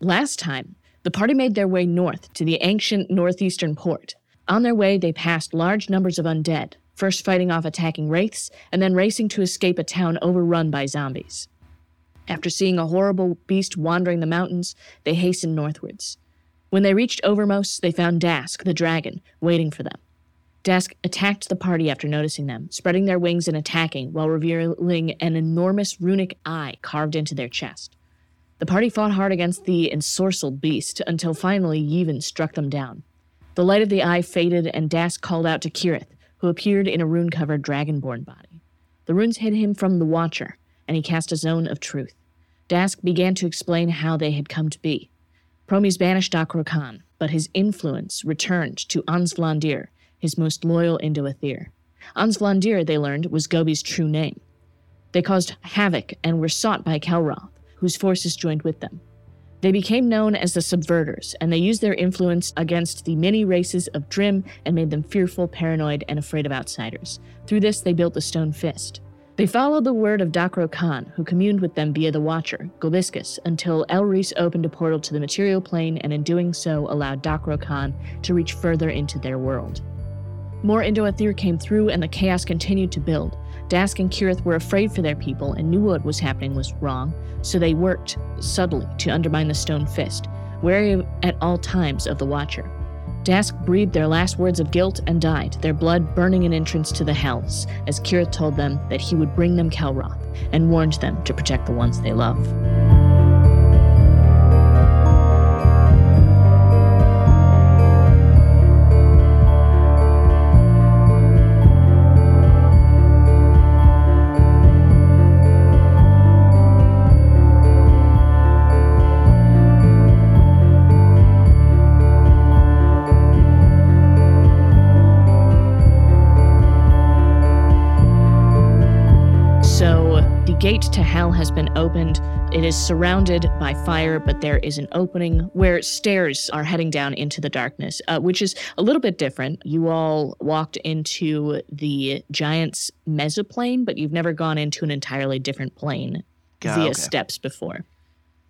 Last time, the party made their way north to the ancient northeastern port. On their way, they passed large numbers of undead, first fighting off attacking wraiths and then racing to escape a town overrun by zombies. After seeing a horrible beast wandering the mountains, they hastened northwards. When they reached Overmost, they found Dask, the dragon, waiting for them. Dask attacked the party after noticing them, spreading their wings and attacking while revealing an enormous runic eye carved into their chest. The party fought hard against the ensorcelled beast until finally Yevon struck them down. The light of the eye faded, and Dask called out to Kirith, who appeared in a rune covered dragonborn body. The runes hid him from the Watcher, and he cast a zone of truth. Dask began to explain how they had come to be. Promes banished Akrokhan, but his influence returned to Ansvlandir, his most loyal Indoethir. Ansvlandir, they learned, was Gobi's true name. They caused havoc and were sought by Kelroth, whose forces joined with them. They became known as the Subverters, and they used their influence against the many races of Drim and made them fearful, paranoid, and afraid of outsiders. Through this, they built the Stone Fist. They followed the word of Dakro Khan, who communed with them via the Watcher, Golbiscus, until Elris opened a portal to the material plane and in doing so allowed Dakro Khan to reach further into their world. More Indoethir came through and the chaos continued to build. Dask and Kirith were afraid for their people and knew what was happening was wrong, so they worked subtly to undermine the stone fist, wary at all times of the Watcher. Dask breathed their last words of guilt and died, their blood burning an entrance to the hells, as Kirith told them that he would bring them Kelroth and warned them to protect the ones they love. So the gate to hell has been opened. It is surrounded by fire, but there is an opening where stairs are heading down into the darkness, uh, which is a little bit different. You all walked into the giant's mesoplane, but you've never gone into an entirely different plane Ah, via okay. steps before.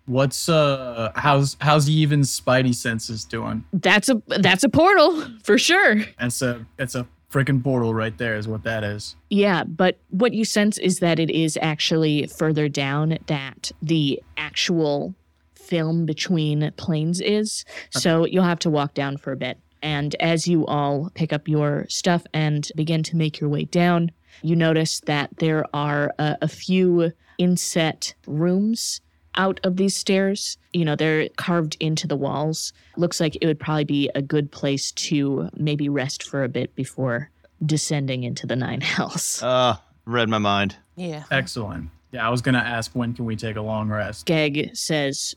What's uh how's how's even Spidey senses doing? That's a that's a portal for sure. It's a it's a freaking portal right there is what that is. Yeah, but what you sense is that it is actually further down that the actual film between planes is. So you'll have to walk down for a bit. And as you all pick up your stuff and begin to make your way down, you notice that there are uh, a few inset rooms out of these stairs. You know, they're carved into the walls. Looks like it would probably be a good place to maybe rest for a bit before descending into the nine hells. Uh, read my mind. Yeah. Excellent. Yeah, I was gonna ask when can we take a long rest? Geg says,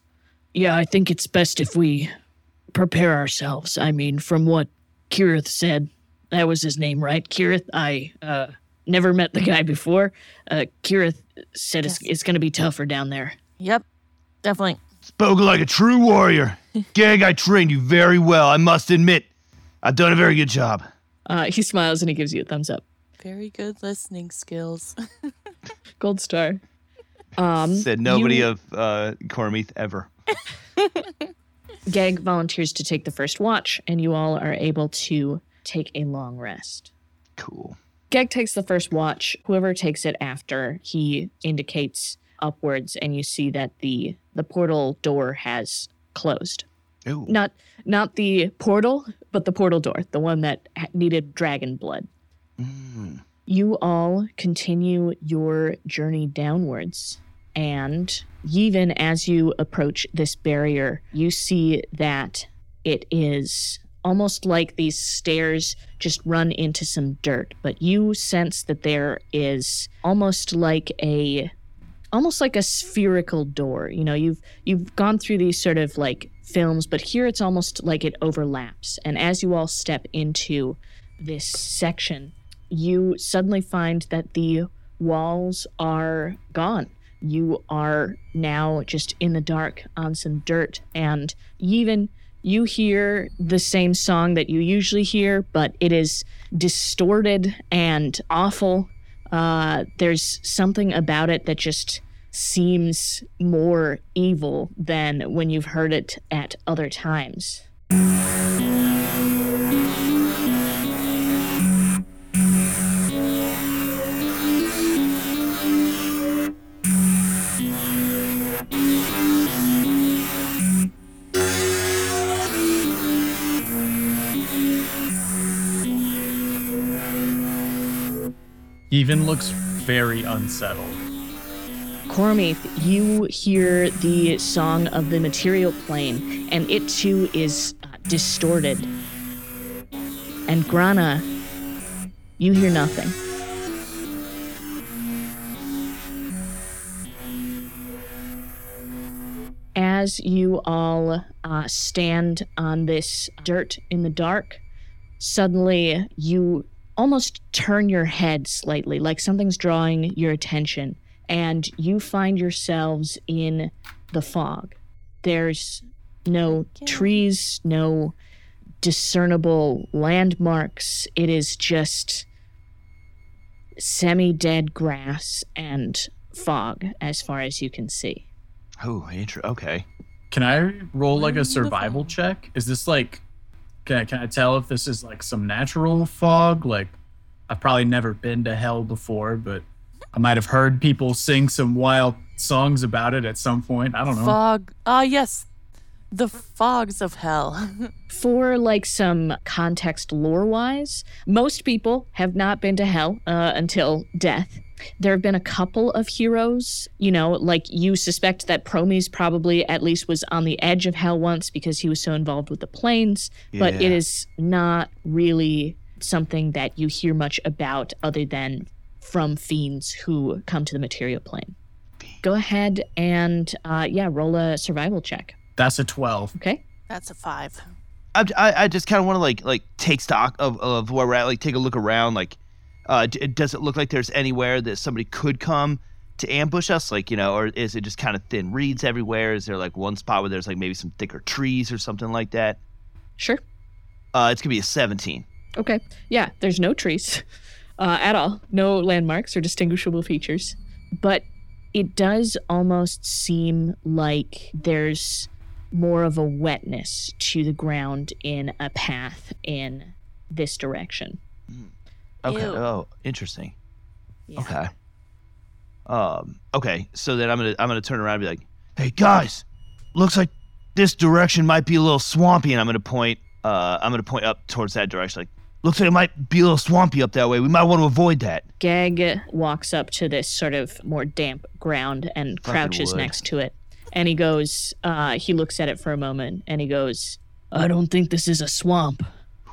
Yeah, I think it's best if we prepare ourselves. I mean, from what Kirith said, that was his name, right? Kirith, I uh, never met the guy before. Uh, Kirith said it's, Yes. it's going to be tougher down there. Yep. Definitely. Spoke like a true warrior. Gag, I trained you very well, I must admit. I've done a very good job. Uh, he smiles and he gives you a thumbs up. Very good listening skills. Gold star. Um, Said nobody you- of uh, Cormeath ever. Gag volunteers to take the first watch, and you all are able to take a long rest. Cool. Geg takes the first watch. Whoever takes it after, he indicates upwards, and you see that the the portal door has closed. Ooh. Not not the portal, but the portal door, the one that ha- needed dragon blood. Mm. You all continue your journey downwards, and even as you approach this barrier, you see that it is almost like these stairs just run into some dirt but you sense that there is almost like a almost like a spherical door you know you've you've gone through these sort of like films but here it's almost like it overlaps and as you all step into this section you suddenly find that the walls are gone you are now just in the dark on some dirt and even you hear the same song that you usually hear, but it is distorted and awful. Uh, there's something about it that just seems more evil than when you've heard it at other times. Even looks very unsettled. Cormath, you hear the song of the material plane, and it too is uh, distorted. And Grana, you hear nothing. As you all uh, stand on this dirt in the dark, suddenly you almost turn your head slightly, like something's drawing your attention and you find yourselves in the fog. There's no Okay. trees, no discernible landmarks. It is just semi dead grass and fog as far as you can see. Oh, intro. Okay. Can I roll like Wonderful. a survival check? Is this like can I, can I tell if this is like some natural fog? Like I've probably never been to hell before, but I might have heard people sing some wild songs about it at some point. I don't know. Fog. Ah, yes. The fogs of hell. For like some context lore wise, most people have not been to hell uh, until death. There have been a couple of heroes, you know, like you suspect that Promes probably at least was on the edge of hell once because he was so involved with the planes, but it Yeah. is not really something that you hear much about other than from fiends who come to the material plane. Go ahead and, uh, yeah, roll a survival check. That's a 12. Okay. That's a five. I, I, I just kind of want to like like take stock of, of where we're at. Like take a look around. Like, uh, d- does it look like there's anywhere that somebody could come to ambush us? Like you know, or is it just kind of thin reeds everywhere? Is there like one spot where there's like maybe some thicker trees or something like that? Sure. Uh, it's gonna be a 17. Okay. Yeah, there's no trees uh, at all, no landmarks or distinguishable features. But it does almost seem like there's more of a wetness to the ground in a path in this direction. Okay. Ew. Oh, interesting. Yeah. Okay. Um. Okay. So then I'm gonna I'm gonna turn around and be like, "Hey guys, looks like this direction might be a little swampy," and I'm gonna point. Uh, I'm gonna point up towards that direction. Like, looks like it might be a little swampy up that way. We might want to avoid that. Gag walks up to this sort of more damp ground and Fucking crouches wood. next to it. And he goes, uh, he looks at it for a moment and he goes, I don't think this is a swamp.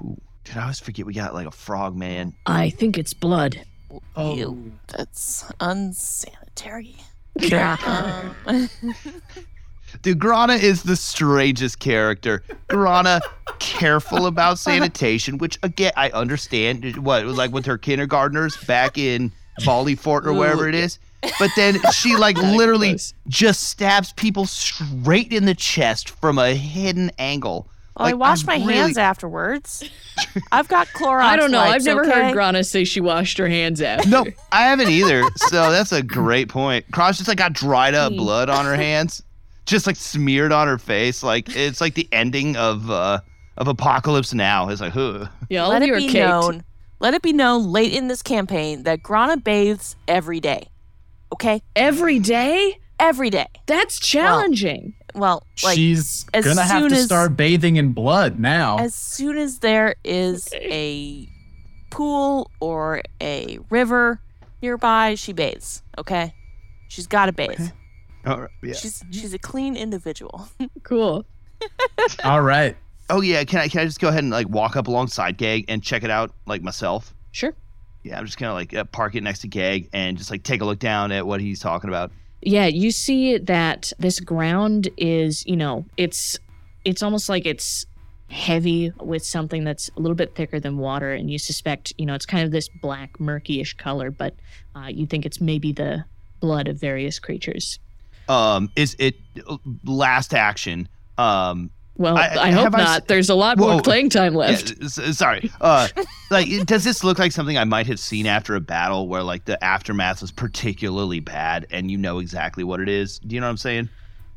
Ooh, did I always forget we got like a frog man? I think it's blood. Oh. Ew. That's unsanitary. Um, Dude, Grana is the strangest character. Grana, careful about sanitation, which again I understand. What like with her kindergartners back in Ballyfort or wherever it is, but then she like literally Close. just stabs people straight in the chest from a hidden angle. well, I Like, wash my I'm really- hands afterwards. I've got Clorox. I don't know. I've wipes, never okay? heard Grana say she washed her hands after. No, I haven't either. So that's a great point. Cross just like got dried up Hmm. blood on her hands, just like smeared on her face. Like it's like the ending of uh of Apocalypse Now. It's like, huh. Yeah, all Let of it you are be caked. known. Let it be known late in this campaign that Grana bathes every day. Okay, Every day? every day. That's challenging. Well, like She's as gonna have soon to as- start bathing in blood Oh. now. as soon as there is a pool or a river nearby, she bathes. Okay, she's got to bathe. All right, yeah. She's she's a clean individual. cool. All right. Oh yeah, can I can I just go ahead and like walk up alongside Gag and check it out like myself? Sure. Yeah, I'm just gonna like uh, park it next to Gag and just like take a look down at what he's talking about. Yeah, you see that this ground is, you know, it's it's almost like it's heavy with something that's a little bit thicker than water and you suspect, you know, it's kind of this black murkyish color, but uh, you think it's maybe the blood of various creatures. uh, Um, is it last action? Um, Well, I- I, hope have I s- not. There's a lot Whoa. more playing time left. Yeah, s- sorry. Uh, like, does this look like something I might have seen after a battle where like the aftermath was particularly bad, and you know exactly what it is? Do you know what I'm saying?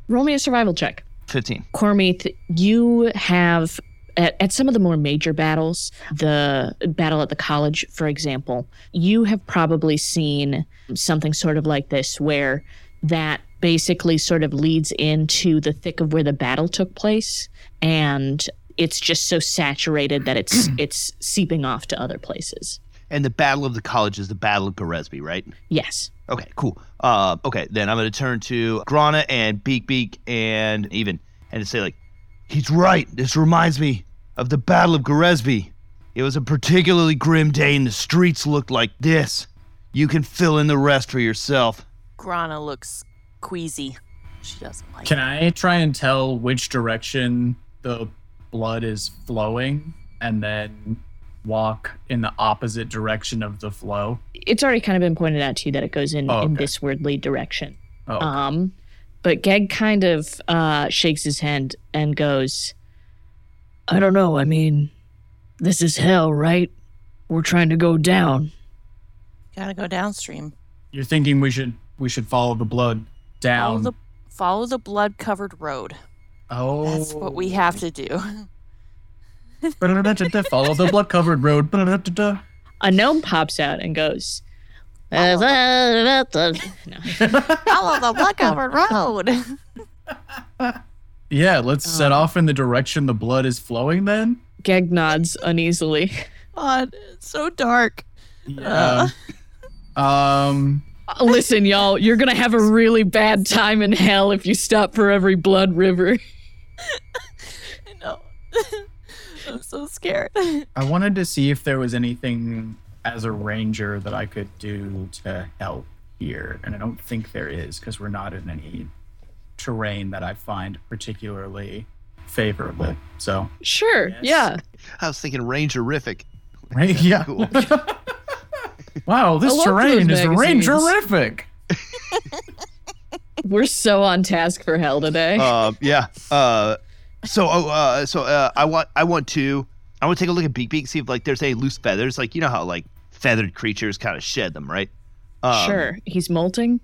Roll me a survival check. Fifteen. Cormeath, you have at, at some of the more major battles, the battle at the college, for example, you have probably seen something sort of like this where that basically sort of leads into the thick of where the battle took place and it's just so saturated that it's it's seeping off to other places. And the Battle of the College is the Battle of Goresby, right? Yes. Okay, cool. Uh, okay, then I'm gonna turn to Grana and Beak Beak and even and say like, he's right. This reminds me of the Battle of Goresby. It was a particularly grim day, and the streets looked like this. You can fill in the rest for yourself. Grana looks queasy. She doesn't like Can I try and tell which direction the blood is flowing and then walk in the opposite direction of the flow? It's already kind of been pointed out to you that it goes in, Oh, in okay. this weirdly direction. Oh, Uh-huh. Um, but Geg kind of uh, shakes his hand and goes, I don't know. I mean, this is hell, right? We're trying to go down. Gotta go downstream. you're thinking we should we should follow the blood Follow down. the follow the blood covered road. oh, That's what we have to do. Oh. follow the blood covered road. A gnome pops out and goes, no. follow the blood covered road. yeah, let's set Um, Uh-huh. off in the direction the blood is flowing. Then. Geg nods uneasily. God, it's so dark. Uh-huh. Yeah. um. Listen, y'all, you're going to have a really bad time in hell if you stop for every blood river. I know. I'm so scared. I wanted to see if there was anything as a ranger that I could do to help here, and I don't think there is because we're not in any terrain that I find particularly favorable. So, Sure. Yeah. Yes. I was thinking Rangerific. right, yeah. Cool. wow, this I love terrain those is magazines. rangerific. We're so on task for hell today. um, yeah. Uh, so, oh, uh, so uh, I want, I want to, I want to take a look at Beak Beak, see if like there's any loose feathers. Like you know how like feathered creatures kind of shed them, right? Um, sure. He's molting.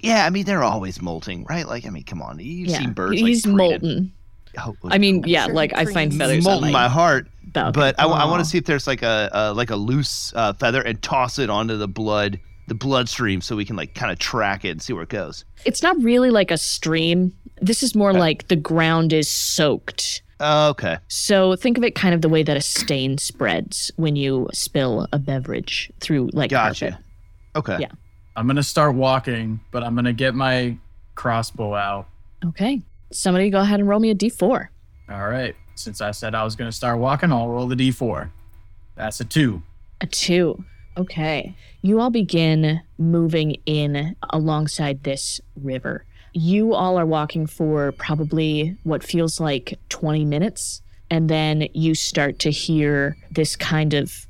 Yeah, I mean they're always molting, right? Like I mean, come on, you've seen birds. like, he's treated- molten. Oh, I mean, I'm yeah, sure like he I find creams. feathers on molten my my heart, balcony. but I, want Aw. to see if there's like a, a like a loose uh, feather and toss it onto the blood, the bloodstream, so we can like kind of track it and see where it goes. it's not really like a stream. This is more Okay. like the ground is soaked. Okay. So think of it kind of the way that a stain spreads when you spill a beverage through like Gotcha. carpet. Okay. Yeah. I'm gonna start walking, but I'm gonna get my crossbow out. Okay. Somebody go ahead and roll me a d4. All right, since I said I was gonna start walking, I'll roll the d4. That's a two. A two. Okay. You all begin moving in alongside this river. You all are walking for probably what feels like 20 minutes, and then you start to hear this kind of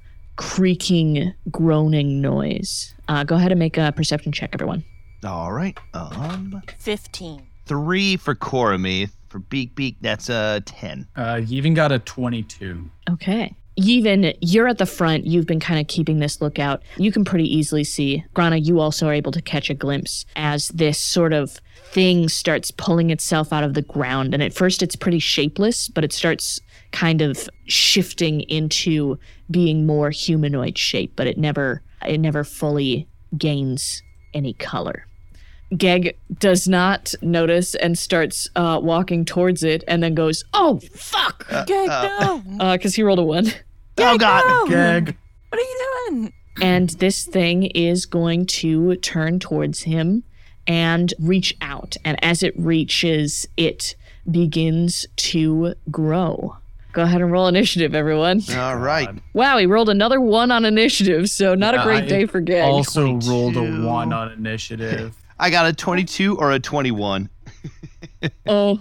creaking, groaning noise. Uh, go ahead and make a perception check, everyone. All right. Um. 15. three for Coromith. For Beak Beak, that's a ten. Uh, you even got a 22. Okay. Yevon, you're at the front. You've been kind of keeping this lookout. You can pretty easily see. Grana, you also are able to catch a glimpse as this sort of thing starts pulling itself out of the ground. And at first, it's pretty shapeless, but it starts kind of shifting into being more humanoid shape. But it never, it never fully gains any color. Geg does not notice and starts uh, walking towards it, and then goes, "Oh fuck!" Gag, uh, no. because he rolled a one. oh God! no. Gag. What are you doing? And this thing is going to turn towards him and reach out. And as it reaches, it begins to grow. Go ahead and roll initiative, everyone. All right. Wow, he rolled another one on initiative, so not a Yeah, great I day for Gag. Also rolled a 22. 1 on initiative. I got a twenty-two or a twenty-one. oh,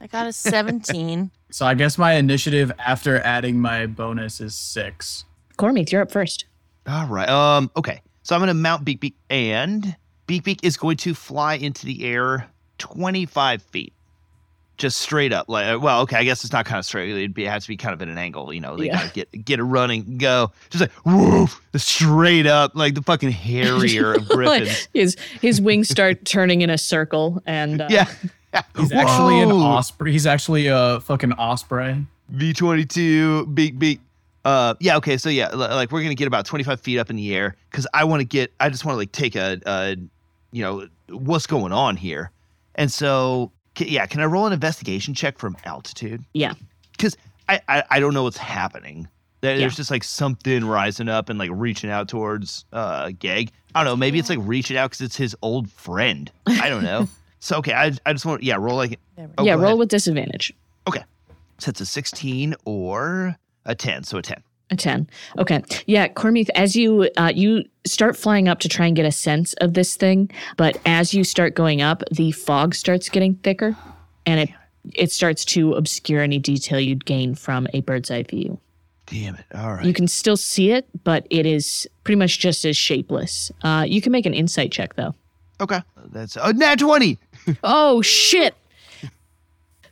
I got a 17. so I guess my initiative after adding my bonus is 6. Cormith, you're up first. All right. Um. Okay. So I'm gonna mount Beak Beak, and Beak Beak is going to fly into the air twenty-five feet just straight up like uh, well okay i guess it's not kind of straight it'd be it has to be kind of at an angle you know they Yeah. gotta get get it running go just like woof straight up like the fucking hairier of griffins his his wings start turning in a circle, and uh, yeah He's actually an Whoa. osprey. He's actually a fucking osprey. V22, beak, beak. Uh, yeah, okay, so yeah, li- like we're gonna get about 25 feet up in the air because I want to get, I just want to like take a, a, you know, what's going on here. And so, ca- yeah, can I roll an investigation check from altitude? Yeah. Because I, I, I don't know what's happening. There, Yeah. There's just like something rising up and like reaching out towards uh Geg. I don't know, maybe it's like reaching out because it's his old friend. I don't know. so, okay, I, I just want, yeah, roll like, Never oh, yeah, go roll ahead. with disadvantage. So it's a 16 or a 10, so a 10. A 10. Okay. Yeah, Cormeath, as you uh, you start flying up to try and get a sense of this thing, but as you start going up, the fog starts getting thicker and it it starts to obscure any detail you'd gain from a bird's eye view. Damn it. All right. You can still see it, but it is pretty much just as shapeless. Uh, you can make an insight check though. okay. That's a nat 20. Oh shit.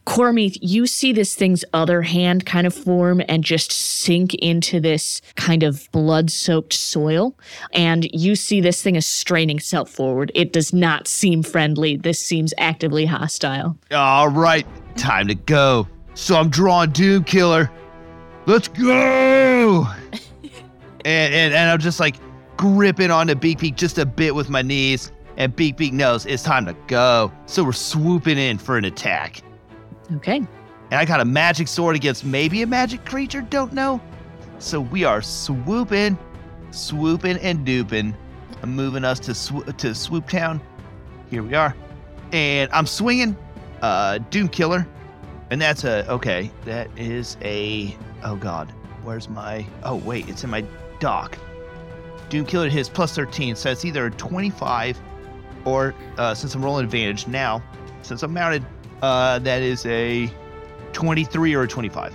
Cormeath, you see this thing's other hand kind of form and just sink into this kind of blood soaked soil. And you see this thing is straining itself forward. It does not seem friendly. This seems actively hostile. All right. Time to go. So I'm drawing Doom Killer. Let's go. and, and and I'm just like gripping onto Beak Beak just a bit with my knees. And Beak Beak knows it's time to go. So we're swooping in for an attack. Okay. And I got a magic sword against maybe a magic creature, don't know. So we are swooping, swooping and duping. I'm moving us to swo- to Swoop Town. Here we are. And I'm swinging uh Doom Killer. And that's a okay, that is a oh god. Where's my Oh wait, it's in my dock. Doom Killer hits plus 13, so it's either a 25 or uh, since I'm rolling advantage now, since I'm mounted, uh, that is a 23 or a 25.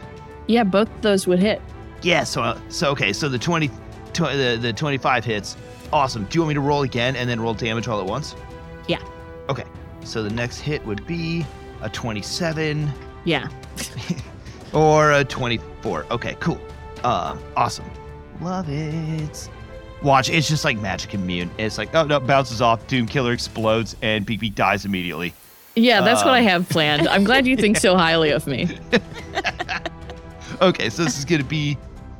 Yeah, both those would hit. Yeah, so uh, so okay, so the 20 tw- uh, the, the 25 hits. Awesome. Do you want me to roll again and then roll damage all at once? Yeah. Okay. So the next hit would be a 27 Yeah. or a 24. Okay, cool. Um, awesome. Love it. Watch, it's just like magic immune. It's like, oh no, bounces off, Doom Killer explodes, and Beak Beak dies immediately. Yeah, that's what I Um. have planned. I'm glad you think so highly of me. Okay, so this is going to be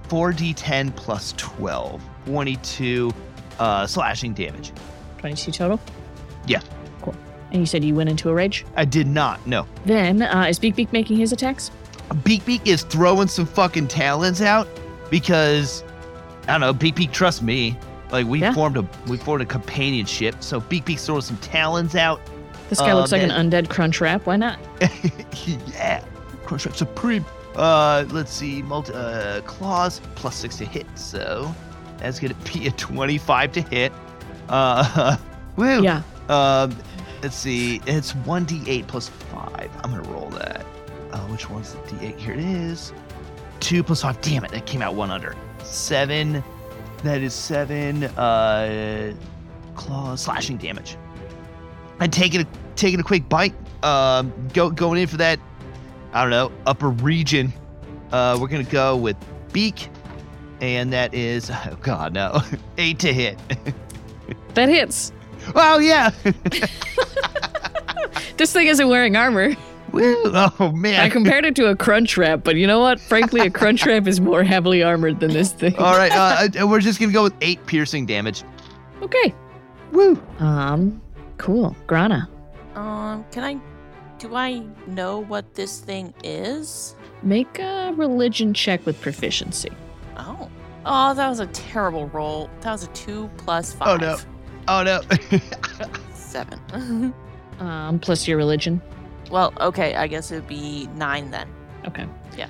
4d10 plus 12, 22 uh, slashing damage. 22 total? Yeah. Cool. And you said you went into a rage? I did not, no. Then, uh, is Beak Beak making his attacks? Beak Beak is throwing some fucking talons out because I don't know. Beak Beak trusts me. Like we Yeah. formed a we formed a companionship. So Beak Beak throwing some talons out. This guy Uh, looks like an undead crunch wrap. Why not? yeah, Crunch Rap Supreme. Uh, let's see, multi uh, claws plus six to hit. So that's gonna be a twenty-five to hit. Uh, woo. Yeah. Um, let's see. It's 1d8 plus 5. I'm going to roll that. Uh, which one's the d8? Here it is. 2 plus 5. Damn it. That came out one under. 7. That is 7 uh, claw slashing damage. And taking a, taking a quick bite. Um, go, going in for that, I don't know, upper region. Uh, we're going to go with beak. And that is, oh god, no. 8 to hit. That hits. oh, yeah. This thing isn't wearing armor. Woo. Oh, man. I compared it to a crunch wrap, but you know what? Frankly, a crunch wrap is more heavily armored than this thing. All right, uh, uh, we're just gonna go with eight piercing damage. Okay. Woo! Um, cool. Grana. Um, can I? Do I know what this thing is? Make a religion check with proficiency. Oh, oh, that was a terrible roll. That was a two plus Oh, five. no. Oh no! Seven. Um, plus your religion. well, okay, I guess it would be nine then. Okay. Yeah.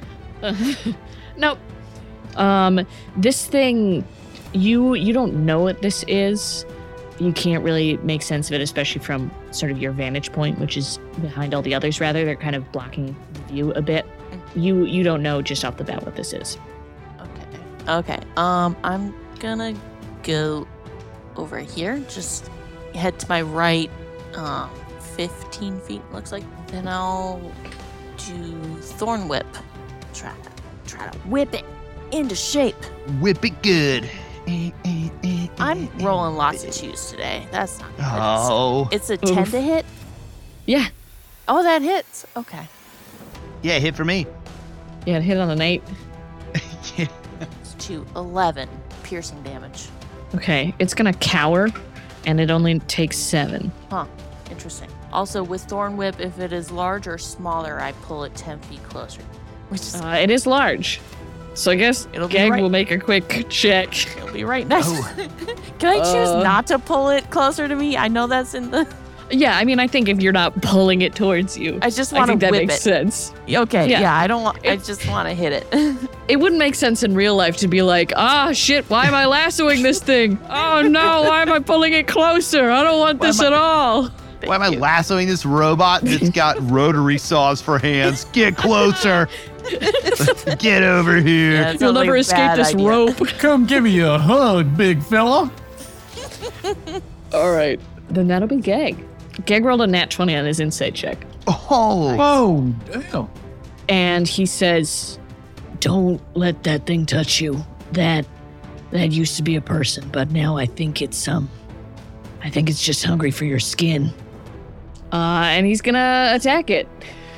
nope. Um, this thing, you you don't know what this is. You can't really make sense of it, especially from sort of your vantage point, which is behind all the others. Rather, they're kind of blocking the view a bit. Mm-hmm. You you don't know just off the bat what this is. Okay. Okay. Um, I'm gonna go over here. Just uh, head to my right, um, 15 feet looks like. Then I'll to Thorn Whip. Try, try to whip it into shape. Whip it good. Eh, eh, eh, eh, I'm eh. rolling lots of twos today. That's not good. Oh. It's a 10 to hit. Yeah. Oh, that hits. Okay. Yeah, hit for me. Yeah, it hit on an eight. Yeah. It's to 11 piercing damage. Okay, it's gonna cower, and it only takes seven. Huh. Interesting. Also, with Thorn Whip, if it is large or smaller, I pull it 10 feet closer. Which is, Uh, it is large, so I guess It'll be Gag right- will make a quick check. it'll be right next. Oh. Can I choose Uh. not to pull it closer to me? I know that's in the. Yeah, I mean, I think if you're not pulling it towards you, I just I want think to that whip makes it. sense. Okay. Yeah. Yeah. I don't want. I It- just want to hit it. It wouldn't make sense in real life to be like, ah, shit, why am I lassoing this thing? Oh no, why am I pulling it closer? I don't want Why this am at all. Why am I lassoing this robot that's got rotary saws for hands? Get closer. Get over here. Yeah, it's You'll totally never a escape bad this idea. rope. Come give me a hug, big fella. all right. Then that'll be Gag. Gag rolled a nat 20 on his insight check. Oh. Oh, damn. and he says, "Don't let that thing touch you. That that used to be a person, but now I think it's um I think it's just hungry for your skin." Uh, and he's going to attack it.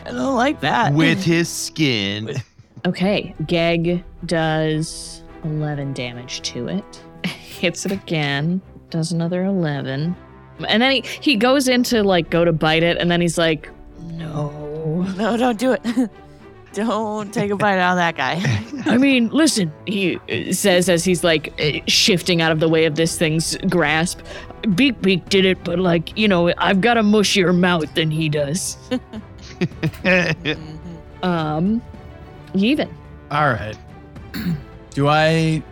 I don't like that. With his skin. Okay, Geg does 11 damage to it. Hits it again, does another 11. And then he, he goes in to like go to bite it and then he's like, "No." No, don't do it. don't take a bite out of that guy. I mean, listen, he uh, says as he's like uh, shifting out of the way of this thing's grasp. Beak Beak did it, but like, you know, I've got a mushier mouth than he does. Mhm. Um, Yevon. All right. Do I?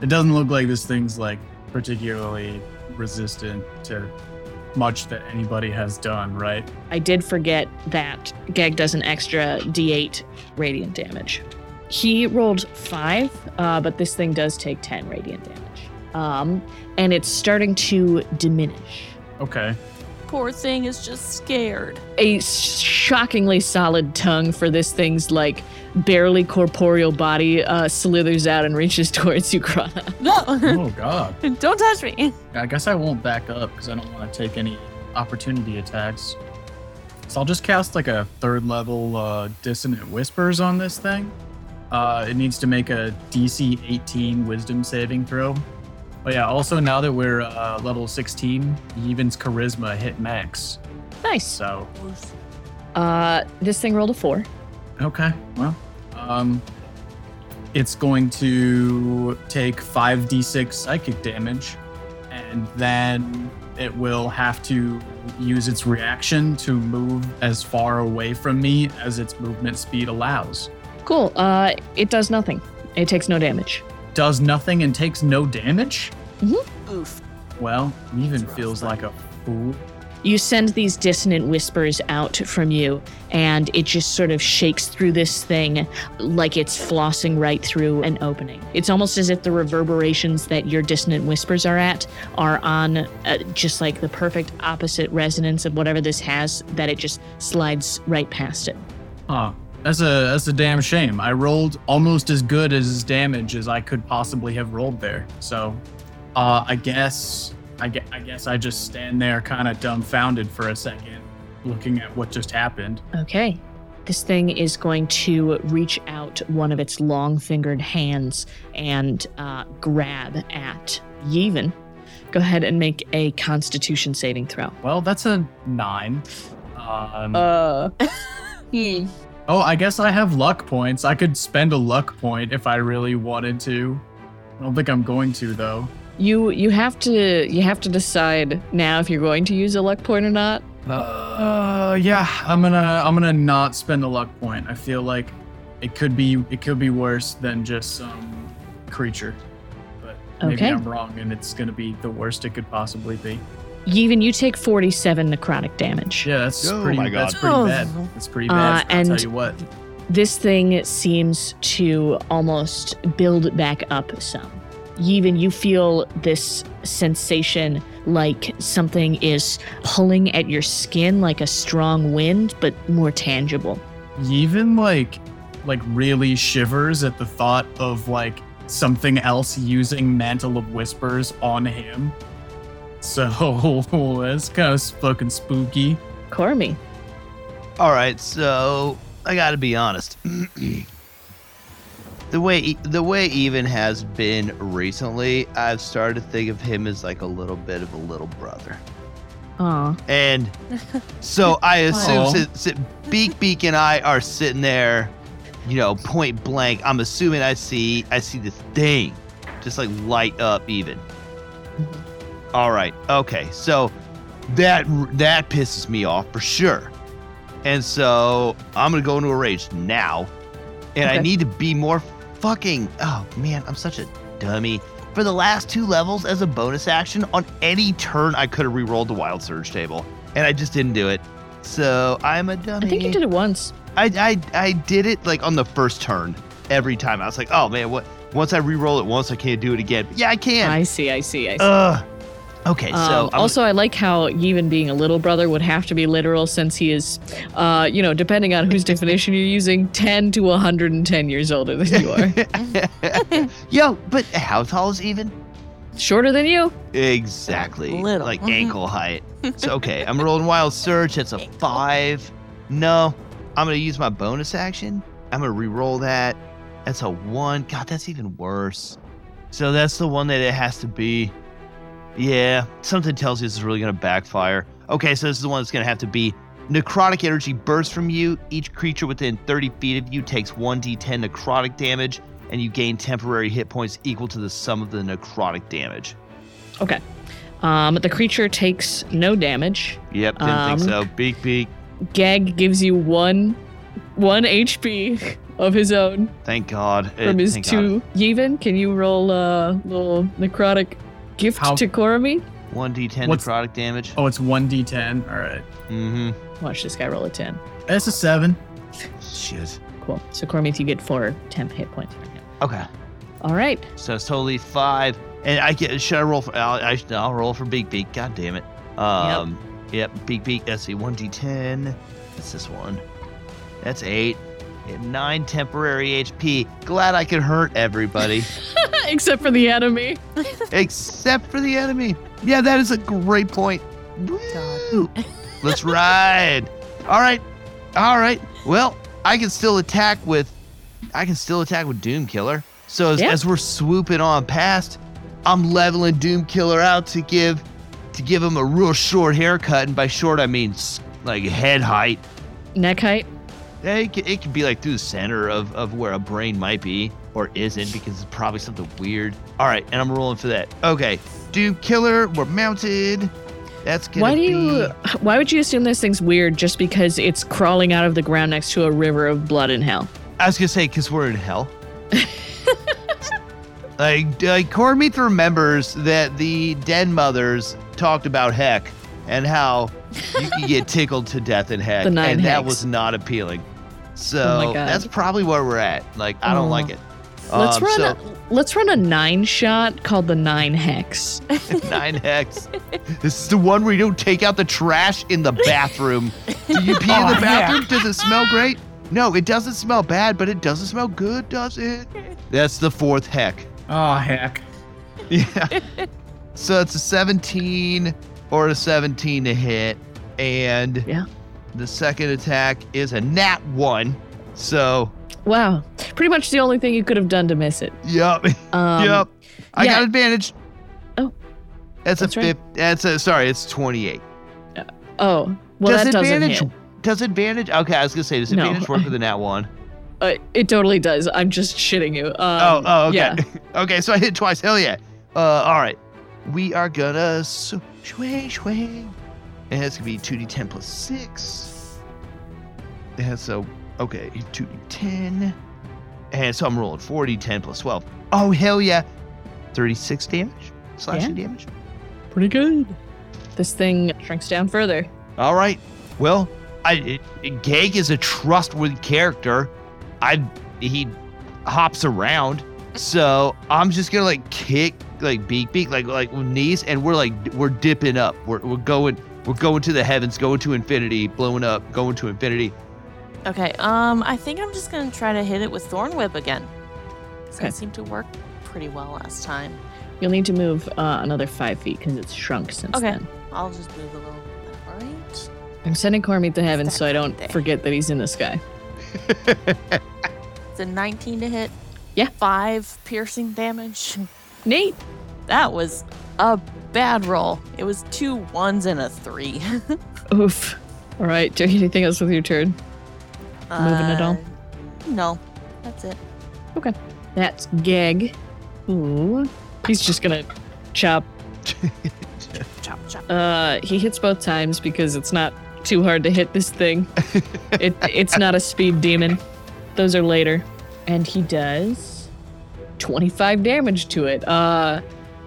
It doesn't look like this thing's like particularly resistant to much that anybody has done, right? I did forget that Gag does an extra d8 radiant damage. He rolled five, uh, but this thing does take 10 radiant damage. Um, and it's starting to diminish. Okay. Poor thing is just scared. a shockingly solid tongue for this thing's like barely corporeal body uh, slithers out and reaches towards you, Krana. No, Oh God. don't touch me. I guess I won't back up because I don't want to take any opportunity attacks. So I'll just cast like a third level uh, dissonant whispers on this thing. Uh, it needs to make a DC 18 Wisdom saving throw. But yeah, also now that we're uh, level 16, Even's charisma hit max. Nice. So Uh, this thing rolled a four. okay, well, um, it's going to take five d6 psychic damage, and then it will have to use its reaction to move as far away from me as its movement speed allows. Cool. Uh, it does nothing. It takes no damage. Does nothing and takes no damage. Oof. Well, even rough, feels but- like a fool. You send these dissonant whispers out from you, and it just sort of shakes through this thing like it's flossing right through an opening. It's almost as if the reverberations that your dissonant whispers are at are on uh, just like the perfect opposite resonance of whatever this has, that it just slides right past it. Huh. That's a that's a damn shame. I rolled almost as good as damage as I could possibly have rolled there. So, uh, I guess I, gue- I guess I just stand there kind of dumbfounded for a second, looking at what just happened. Okay. This thing is going to reach out one of its long fingered hands and uh, grab at Yevon. Go ahead and make a constitution saving throw. Well, that's a nine. Um, Uh. Hmm. oh, I guess I have luck points. I could spend a luck point if I really wanted to. I don't think I'm going to though. You you have to you have to decide now if you're going to use a luck point or not. Uh, yeah, I'm gonna I'm gonna not spend a luck point. I feel like it could be it could be worse than just some creature, but maybe Okay. I'm wrong and it's gonna be the worst it could possibly be. Yevon, you take 47 necrotic damage. Yeah, that's Oh pretty. my God. That's pretty Oh. bad. That's pretty Uh, bad. I'll and- tell you what. This thing seems to almost build back up some. Even you feel this sensation like something is pulling at your skin like a strong wind, but more tangible. Yevon like like really shivers at the thought of like something else using Mantle of Whispers on him. So that's kind of fucking spooky. Cormy. All right, so I got to be honest. the way e, the way even has been recently, I've started to think of him as like a little bit of a little brother. Aw. And so I assume Aw. since, since Beak Beak and I are sitting there, you know, point blank. I'm assuming I see I see this thing just like light up even. All right. Okay. So that that pisses me off for sure. And so I'm gonna go into a rage now, and I Okay. need to be more fucking. Oh man, I'm such a dummy. For the last two levels, as a bonus action on any turn, I could have re-rolled the wild surge table, and I just didn't do it. So I'm a dummy. I think you did it once. I, I I did it like on the first turn every time. I was like, oh man, what? Once I re-roll it once, I can't do it again. Yeah, I can. I see, I see, I see. Ugh. Okay, so Um, I'm- also, I like how even being a little brother would have to be literal since he is, uh, you know, depending on whose definition you're using, 10 to 110 years older than you are. yo, but how tall is even? Shorter than you? Exactly, Little. like Mhm. ankle height. So okay, I'm rolling wild surge. It's a five. No, I'm gonna use my bonus action. I'm gonna re-roll that. That's a one. God, that's even worse. So that's the one that it has to be. Yeah, something tells you this is really gonna backfire. Okay, so this is the one that's gonna have to be necrotic energy bursts from you. Each creature within 30 feet of you takes 1d10 necrotic damage, and you gain temporary hit points equal to the sum of the necrotic damage. Okay. Um, the creature takes no damage. Yep, didn't Um, think so. Beak, beak. Gag gives you one, one HP of his own Thank God. Eh, from his thank God. two. Yevon, can you roll a little necrotic gift How- to Korami? One d10 What's- necrotic damage. Oh, it's one d10. All right, Mm-hmm. Watch this guy roll a 10. that's a seven. Shit. Cool. So, Korami, you get four temp hit points. Okay, All right. so it's totally five. And I get. Should I roll for? I'll, I, should- I'll roll for beak, beak. God damn it. Um. Yep. Beak, beak. Let's see. One d10. That's this one. That's eight. And nine temporary HP. Glad I could hurt everybody Except for the enemy. except for the enemy. Yeah, that is a great point. Woo! Let's ride. All right. All right. Well, I can still attack with I can still attack with Doom Killer. So as, Yeah. as we're swooping on past, I'm leveling Doom Killer out to give to give him a real short haircut, and by short I mean s- like head height. Neck height. Yeah, it could, it could be like through the center of, of where a brain might be or isn't because it's probably something weird. All right, and I'm rolling for that. Okay, Doom Killer, we're mounted. That's gonna Why do be. you? Why would you assume this thing's weird just because it's crawling out of the ground next to a river of blood and hell? I was gonna say because we're in hell. like, like Cormith remembers that the Den Mothers talked about heck and how you can get tickled to death in heck, The nine and that hecks. was not appealing. Oh So my God. that's probably where we're at. Like, I don't Oh. like it. Let's Um, run. so- a, let's run a nine shot called the nine hex. Nine hex. This is the one where you don't take out the trash in the bathroom. Do you pee in the Oh, bathroom? Does it smell great? No, it doesn't smell bad, but it doesn't smell good, does it? That's the fourth heck. Oh heck. Yeah. so it's a 17 or a 17 to hit. And Yeah. the second attack is a nat one. So, Wow, pretty much the only thing you could have done to miss it. yup, Um, yup. I yeah. got advantage. Oh. That's, That's a right. fifth. That's a, sorry, it's 28. Oh, well that doesn't disadvantage hit. does advantage okay i was gonna say does No. advantage work with the nat one? Uh, it totally does. I'm just shitting you. Um, Oh, oh okay yeah. okay so i hit twice hell yeah uh all right we are gonna swing swing and that's gonna be 2d10 plus 6 and so okay 2d10 and so i'm rolling 4d10 plus 12 oh hell yeah 36 damage slashing damage Pretty good. This thing shrinks down further. All right. Well, I it- it, Gag is a trustworthy character. I he hops around, so I'm just gonna like kick like beak beak like like knees, and we're like we're dipping up. We're we're going we're going to the heavens, going to infinity, blowing up, going to infinity. Okay, um, I think I'm just gonna try to hit it with Thorn Whip again. 'Cause Okay. It seemed to work pretty well last time. You'll need to move uh, another five feet because it's shrunk since Okay. then. I'll just move a little bit. All right. I'm sending Cormie to heaven so I don't There. forget that he's in the sky. It's a 19 to hit. Yeah. Five piercing damage. Nate, That was a bad roll. It was two ones and a three. oof. All right, do you have anything else with your turn? Moving at all? Uh, No, that's it. That's Geg. Ooh, he's just gonna chop. Chop chop. Uh, he hits both times because it's not too hard to hit this thing. it it's not a speed demon. Those are later, and he does twenty-five damage to it. Uh,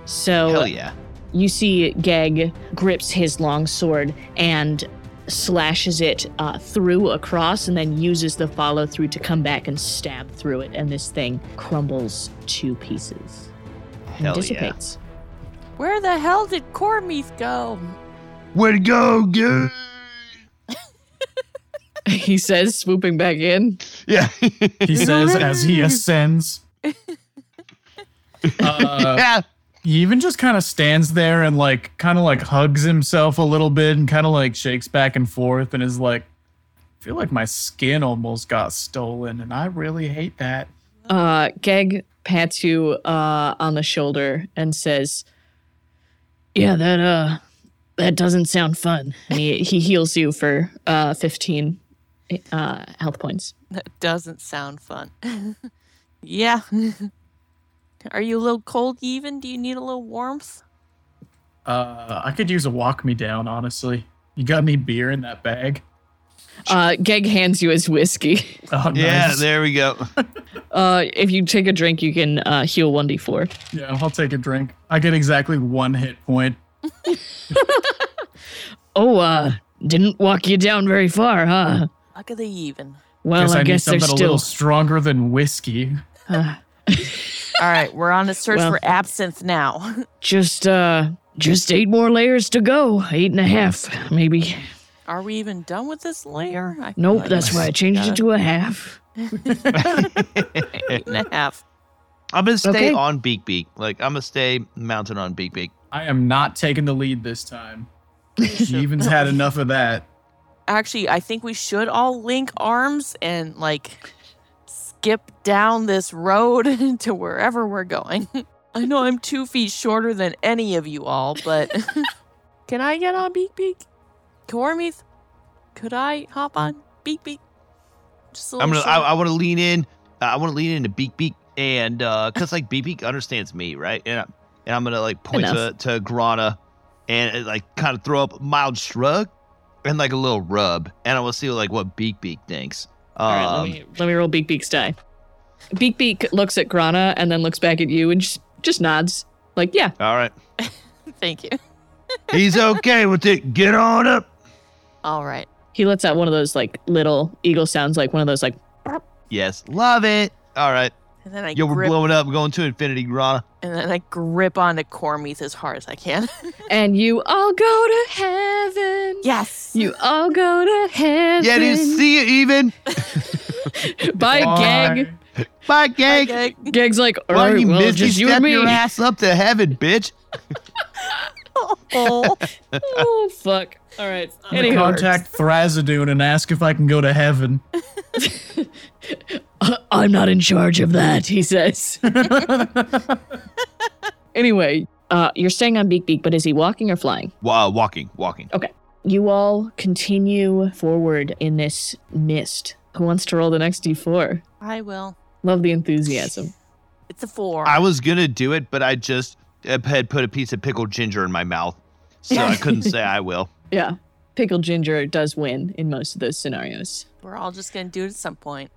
so Hell yeah. You see, Geg grips his long sword and slashes it uh, through across, and then uses the follow through to come back and stab through it. And this thing crumbles to pieces and Hell yeah. dissipates. Where the hell did Cormeath go? Where to go, dude? he says, swooping back in. Yeah. He says as he ascends. Uh, yeah. He even just kind of stands there and like kind of like hugs himself a little bit and kind of like shakes back and forth and is like, I feel like my skin almost got stolen and I really hate that. Uh, Geg pats you uh, on the shoulder and says, "Yeah, that uh, that doesn't sound fun." And he he heals you for uh, fifteen uh, health points. That doesn't sound fun. yeah. Are you a little cold even? Do you need a little warmth? Uh, I could use a walk me down, honestly. You got any beer in that bag? Uh, Geg hands you his whiskey. Oh, Yeah, nice. there we go. Uh, if you take a drink, you can uh, heal 1d4. Yeah, I'll take a drink. I get exactly one hit point. Oh, uh, didn't walk you down very far, huh? Luck of the even. Well, I, I, guess need there's something a still. little stronger than whiskey. Uh, All right, we're on a search Well- for absinthe now. just, uh, just eight more layers to go. Eight and a half, maybe. Are we even done with this layer? I feel Nope, like that's we're why I changed it to a half. eight and a half. I'm gonna stay Okay. on Beak Beak. Like I'm gonna stay mounted on Beak Beak. I am not taking the lead this time. She even's had enough of that. Actually, I think we should all link arms and like skip down this road to wherever we're going. I know I'm two feet shorter than any of you all, but can I get on Beak Beak? Cormith, could I hop on Beak Beak? Just a I'm little gonna. I, short. I want to lean in. I want to lean into Beak Beak, and uh, cause like Beak Beak understands me, right? And I, and I'm gonna like point to, Enough. to Grana, and uh, like kind of throw up a mild shrug, and like a little rub, and I will see like what Beak Beak thinks. Um, All right, let me, let me roll Beak Beak's die. Beak Beak looks at Grana and then looks back at you and just, just nods. Like, yeah, all right. Thank you. He's okay with it. Get on up. All right. he lets out one of those, like, little eagle sounds, like one of those, like, Yes, love it. All right. And then I Yo, we're grip, blowing up. We're going to infinity, Grana. and then I grip onto Cormith as hard as I can. and you all go to heaven. yes. You all go to heaven. Yeah, didn't see it even. By Geg. Bye. Bye, gang. Okay. Geg's like, all Why right, don't you well, miss just you step and me. your ass up to heaven, bitch? Oh. oh, fuck. All right. I'm gonna Anyhow, contact Thrasadune and ask if I can go to heaven. "Uh, I'm not in charge of that, he says. anyway, uh, you're staying on Beak Beak, but is he walking or flying? Wow, walking, walking. You all continue forward in this mist. Who wants to roll the next d4? I will. Love the enthusiasm. It's a four. I was gonna do it, but I just uh, had put a piece of pickled ginger in my mouth, so I couldn't say I will. Yeah. Pickled Ginger does win in most of those scenarios. We're all just gonna do it at some point.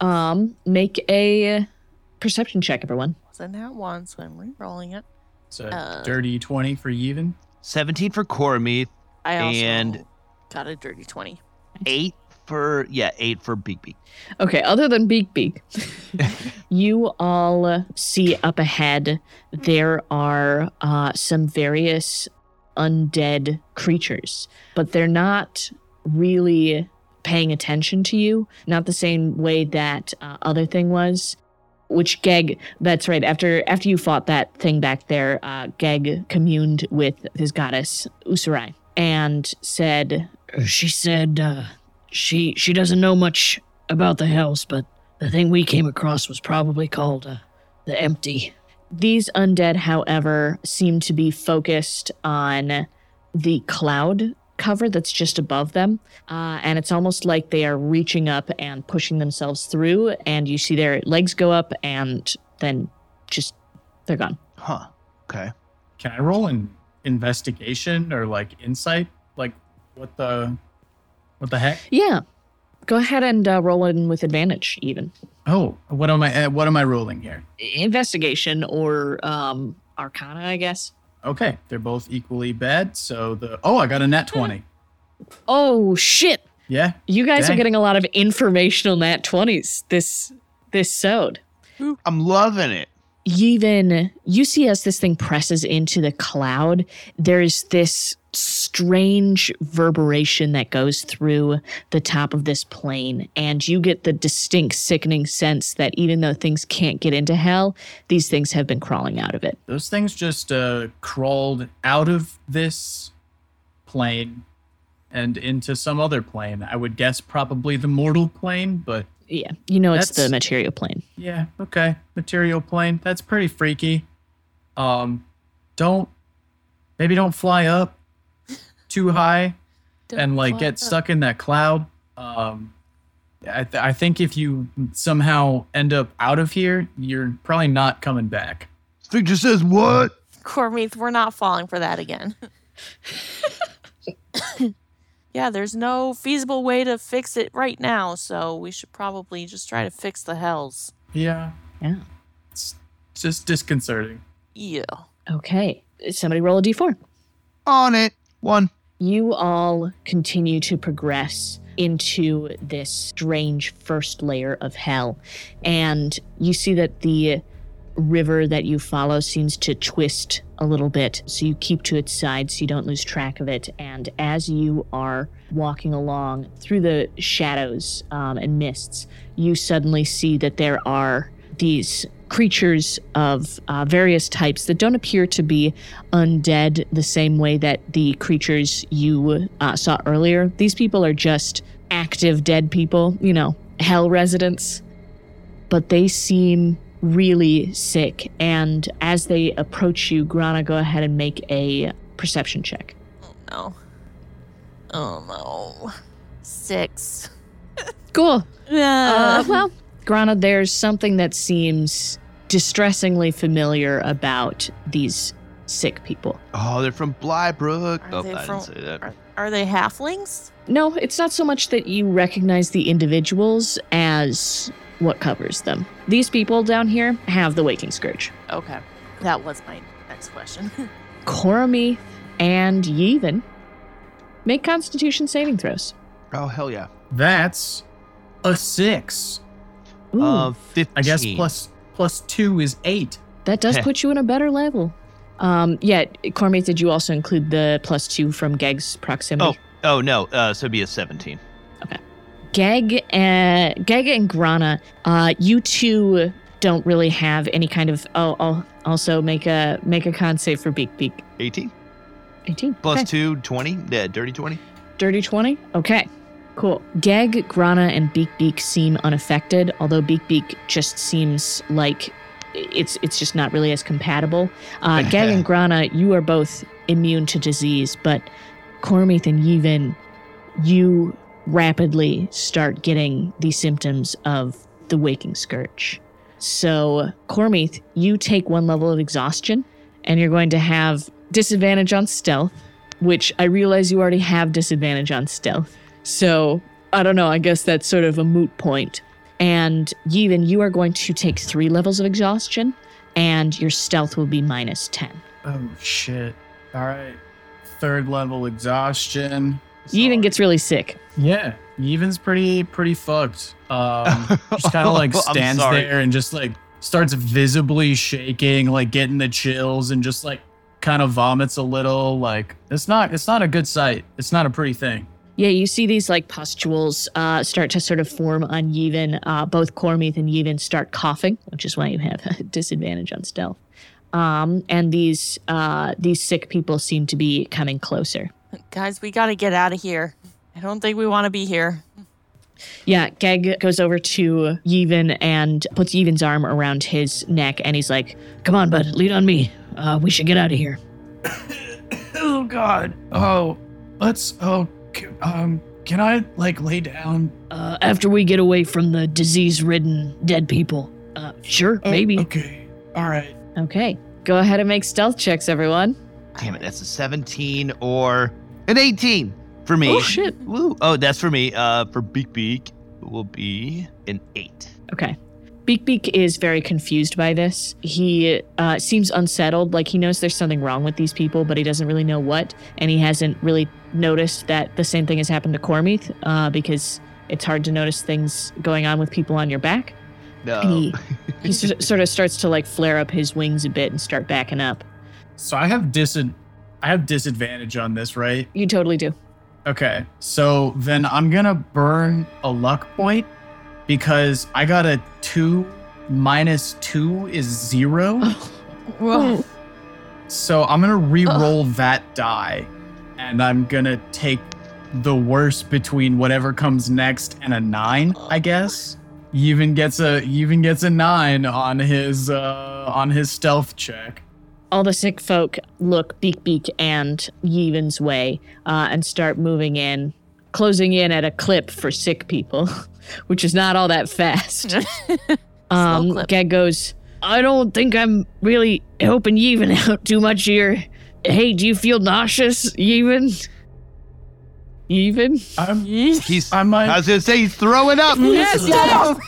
Um, make a perception check, everyone. So now one, so I'm re-rolling it. It's a Uh. dirty 20 for even. Seventeen for Cormie, I also And- got a dirty twenty. eight for yeah, eight for Beak Beak. Okay, other than Beak Beak, you all see up ahead there are uh, some various undead creatures, but they're not really paying attention to you, not the same way that uh, other thing was. Which Geg, that's right. After after you fought that thing back there, uh, Geg communed with his goddess Usurai and said, She said uh, she she doesn't know much about the house, but the thing we came across was probably called uh, the empty. These undead, however, seem to be focused on the cloud cover that's just above them. Uh, and it's almost like they are reaching up and pushing themselves through. And you see their legs go up and then just they're gone. Huh. Okay. Can I roll an investigation or like insight? Like what the what the heck? Yeah. Go ahead and uh, roll in with advantage, even. Oh, what am I? uh, What am I rolling here? Investigation or um, arcana, I guess. Okay, they're both equally bad. So the oh, I got a net twenty. Oh, shit. Yeah, You guys are Dang. getting a lot of informational nat 20s this this sode. I'm loving it. even you see as this thing presses into the cloud there's this strange reverberation that goes through the top of this plane and you get the distinct sickening sense that even though things can't get into hell these things have been crawling out of it those things just uh, crawled out of this plane and into some other plane. I would guess probably the mortal plane, but yeah you know it's the That's- material plane yeah, okay, material plane. That's pretty freaky. Um, don't maybe don't fly up too high. and like get stuck in that cloud. Um, I, th- I think if you somehow end up out of here, you're probably not coming back. Victor says what? Cormeath, we're not falling for that again. yeah, there's no feasible way to fix it right now, so we should probably just try to fix the hells. Yeah. Yeah. It's just disconcerting. Yeah. okay somebody roll a d4 On it. One. you all continue to progress into this strange first layer of hell. And you see that the river that you follow seems to twist a little bit. So you keep to its side so you don't lose track of it. And as you are walking along through the shadows um, and mists, you suddenly see that there are these creatures of uh, various types that don't appear to be undead the same way that the creatures you uh, saw earlier. These people are just active dead people, you know, hell residents. But they seem really sick. And as they approach you, Grana, go ahead and make a perception check. Oh no. Oh no. Six. Um, Cool. Uh, Yeah. well, Grana, there's something that seems distressingly familiar about these sick people. Oh, they're from Blybrook. Are Oh, they I from- didn't say that. are, are they halflings? No, it's not so much that you recognize the individuals as what covers them. These people down here have the Waking Scourge. Okay. That was my next question. Koromi and Yevon make Constitution saving throws. Oh, hell yeah. That's a six. Ooh, Uh, 15. I guess plus plus two is eight. that does heh. put you in a better level. Um, yeah, Cormie, did you also include the plus two from Geg's proximity? Oh, no. Uh, so it'd be a 17. Geg, uh, Geg and Grana, uh, you two don't really have any kind of. Oh, I'll also make a make a con save for Beak Beak. 18? 18 Plus Okay. 2, 20. Yeah, dirty 20. Dirty 20? Okay. Cool. Gag, Grana, and Beak Beak seem unaffected, although Beak Beak just seems like it's it's just not really as compatible. Uh, Gag and Grana, you are both immune to disease, but Cormith and Yevon, you rapidly start getting the symptoms of the waking scourge. So, Cormith, you take one level of exhaustion, and you're going to have disadvantage on stealth which I realize you already have disadvantage on stealth. So I don't know. I guess that's sort of a moot point. And Yevon, you are going to take three levels of exhaustion, and your stealth will be minus 10. Oh shit. All right. Third level exhaustion. Yevon gets really sick. Yeah, Even's pretty pretty fucked. Um, just kind of like I'm stands sorry. there and just like starts visibly shaking, like getting the chills, and just like kind of vomits a little. Like it's not it's not a good sight. It's not a pretty thing. Yeah, you see these like pustules uh, start to sort of form on Yevon. Uh, both Cormeeth and Yevon start coughing, which is why you have a disadvantage on stealth. Um, and these uh, these sick people seem to be coming closer. Guys, we gotta get out of here. I don't think we wanna be here. Yeah, Geg goes over to Yevon and puts Yevon's arm around his neck, and he's like, Come on, bud, lead on me. Uh, we should get out of here. Oh God. Oh, let's. Oh, c- um, can I like lay down? Uh, after we get away from the disease ridden dead people. Uh, sure, Oh, maybe. Okay. All right. "Okay, go ahead and make stealth checks, everyone." Damn it, that's a 17 or an 18 for me. Oh shit! Woo. Oh, that's for me. Uh, for Beak Beak it will be an eight. Okay. Beak Beak is very confused by this. He uh, seems unsettled, like he knows there's something wrong with these people, but he doesn't really know what, and he hasn't really noticed that the same thing has happened to Cormeeth, uh, because it's hard to notice things going on with people on your back. No. And he he s- sort of starts to like flare up his wings a bit and start backing up. So I have dis. I have disadvantage on this, right? You totally do. Okay, so then I'm gonna burn a luck point because I got a two minus two is zero. Hmm. Whoa. so I'm gonna re-roll that die, and I'm gonna take the worst between whatever comes next and a nine, Oh, I guess. He even gets a he even gets a nine on his uh on his stealth check. All the sick folk look Beak Beak and Yevon's way uh, and start moving in, closing in at a clip for sick people, which is not all that fast. um, clip. Gag goes, I don't think I'm really helping Yevon out too much here. Hey, do you feel nauseous, Yevon? Yevon? I'm He's He's. I I might. was gonna say he's throwing up. Yes,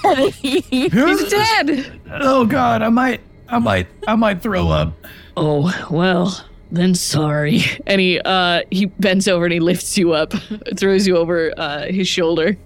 already. He's dead. Oh God, I might I might I might throw up. Oh, well, then sorry. And he, uh, he bends over and he lifts you up, throws you over uh, his shoulder.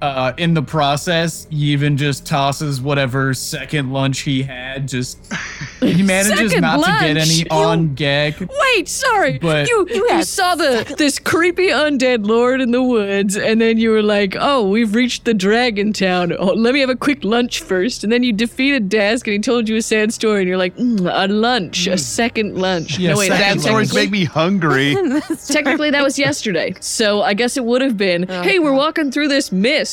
Uh, in the process, he even just tosses whatever second lunch he had. Just he manages Second not to get lunch? any You- on gag. Wait, sorry. But- you you, had saw the this creepy undead lord in the woods, and then you were like, "Oh, we've reached the dragon town. Oh, let me have a quick lunch first. And then you defeated Dask, and he told you a sad story, and you're like, mm, "A lunch, a second lunch." Yeah, no wait, second Sad actually, stories technically, make me hungry. technically that was yesterday, so I guess it would have been. hey, we're walking through this mist.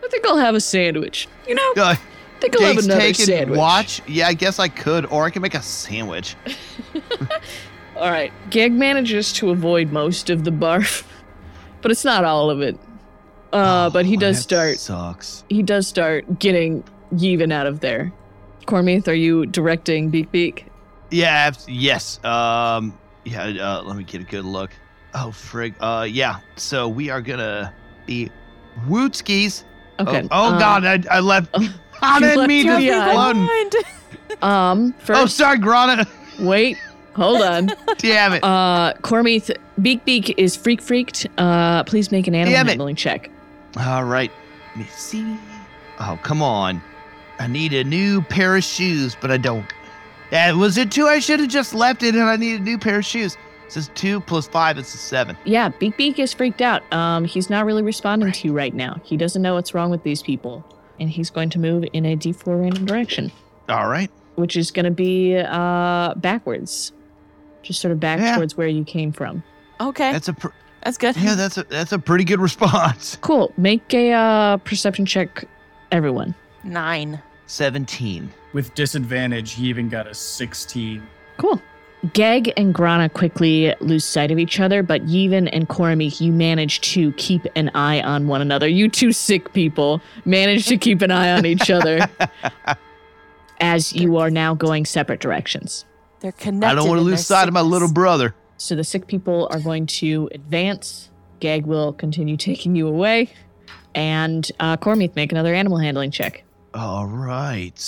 I think I'll have a sandwich. You know, Uh, I think I'll have Jake's another taking sandwich. watch. Yeah, I guess I could, or I can make a sandwich. All right. Geg manages to avoid most of the barf, but it's not all of it. Uh, but he Oh, does that start. Sucks. He does start getting Yevon out of there. Cormith, are you directing Beak Beak? Yeah. abs- Yes. Um. Yeah. Uh, let me get a good look. Oh frig. Uh. Yeah. So we are gonna be wootskis. Okay. Oh, oh uh, God. I, I left. oh, I you didn't left mean your to behind. flood. Um. Oh, First, sorry, Grana. wait. Hold on. Damn it. Uh, Cormith, Beak Beak is freak freaked. Uh, please make an animal Damn it. handling check. All right. Let me see. Oh, come on. I need a new pair of shoes, but I don't. That was it two. I should have just left it, and I need a new pair of shoes. It says two plus five. It's a seven. Yeah, Beak Beak is freaked out. Um, he's not really responding to you right now. He doesn't know what's wrong with these people, and he's going to move in a D4 random direction, All right. which is going to be uh backwards, just sort of back Yeah. towards where you came from. okay, That's a pr- that's good. yeah. That's a that's a pretty good response. Cool. Make a uh, perception check, everyone. Nine. Seventeen. With disadvantage, he even got a sixteen. Cool. Geg and Grana quickly lose sight of each other, but Yevon and Koromik, you manage to keep an eye on one another. You two sick people manage to keep an eye on each other as you are now going separate directions. They're connected. I don't want to in lose their sight of my sickness. little brother. So the sick people are going to advance. Geg will continue taking you away. And uh, Cormith, make another animal handling check. All right.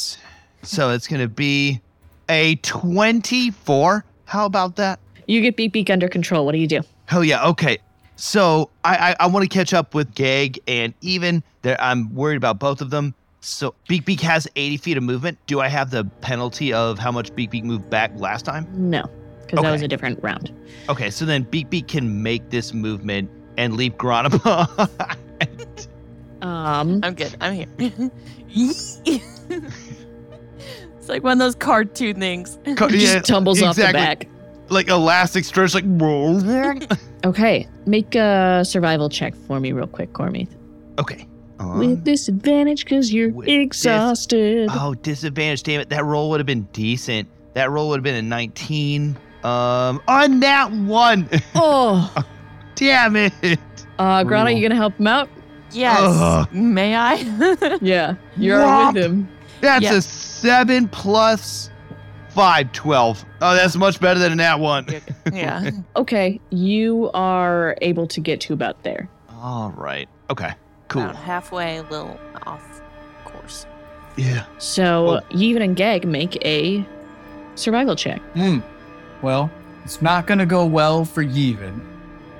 So it's gonna be a twenty-four. How about that? You get Beak Beak under control. What do you do? Oh yeah, okay. So I I, I want to catch up with Gag and even there. I'm worried about both of them. So Beak Beak has 80 feet of movement. Do I have the penalty of how much Beak Beak moved back last time? No, because that Okay. was a different round. Okay, so then Beak Beak can make this movement and leap Granapa. Um, I'm good. I'm here. Yee. it's like one of those cartoon things. Co- it just yeah, tumbles off the exactly. back. Like elastic stretch, like. Okay, make a survival check for me real quick, Cormith. okay. With Um, disadvantage because you're with dis- exhausted. oh, disadvantage. Damn it. That roll would have been decent. That roll would have been a 19. Um, on that one. oh, Damn it. uh, Grana, Brutal. you gonna help him out? Yes. Ugh. May I? Yeah, you're Womp. with him. That's Yeah. a 7 plus 5, 12. Oh, that's much better than that one. yeah. Okay, you are able to get to about there. All right. Okay. Cool. About halfway, a little off course. Yeah. So Oh. Yevon and Gag make a survival check. Hmm. Well, it's not gonna go well for Yevon.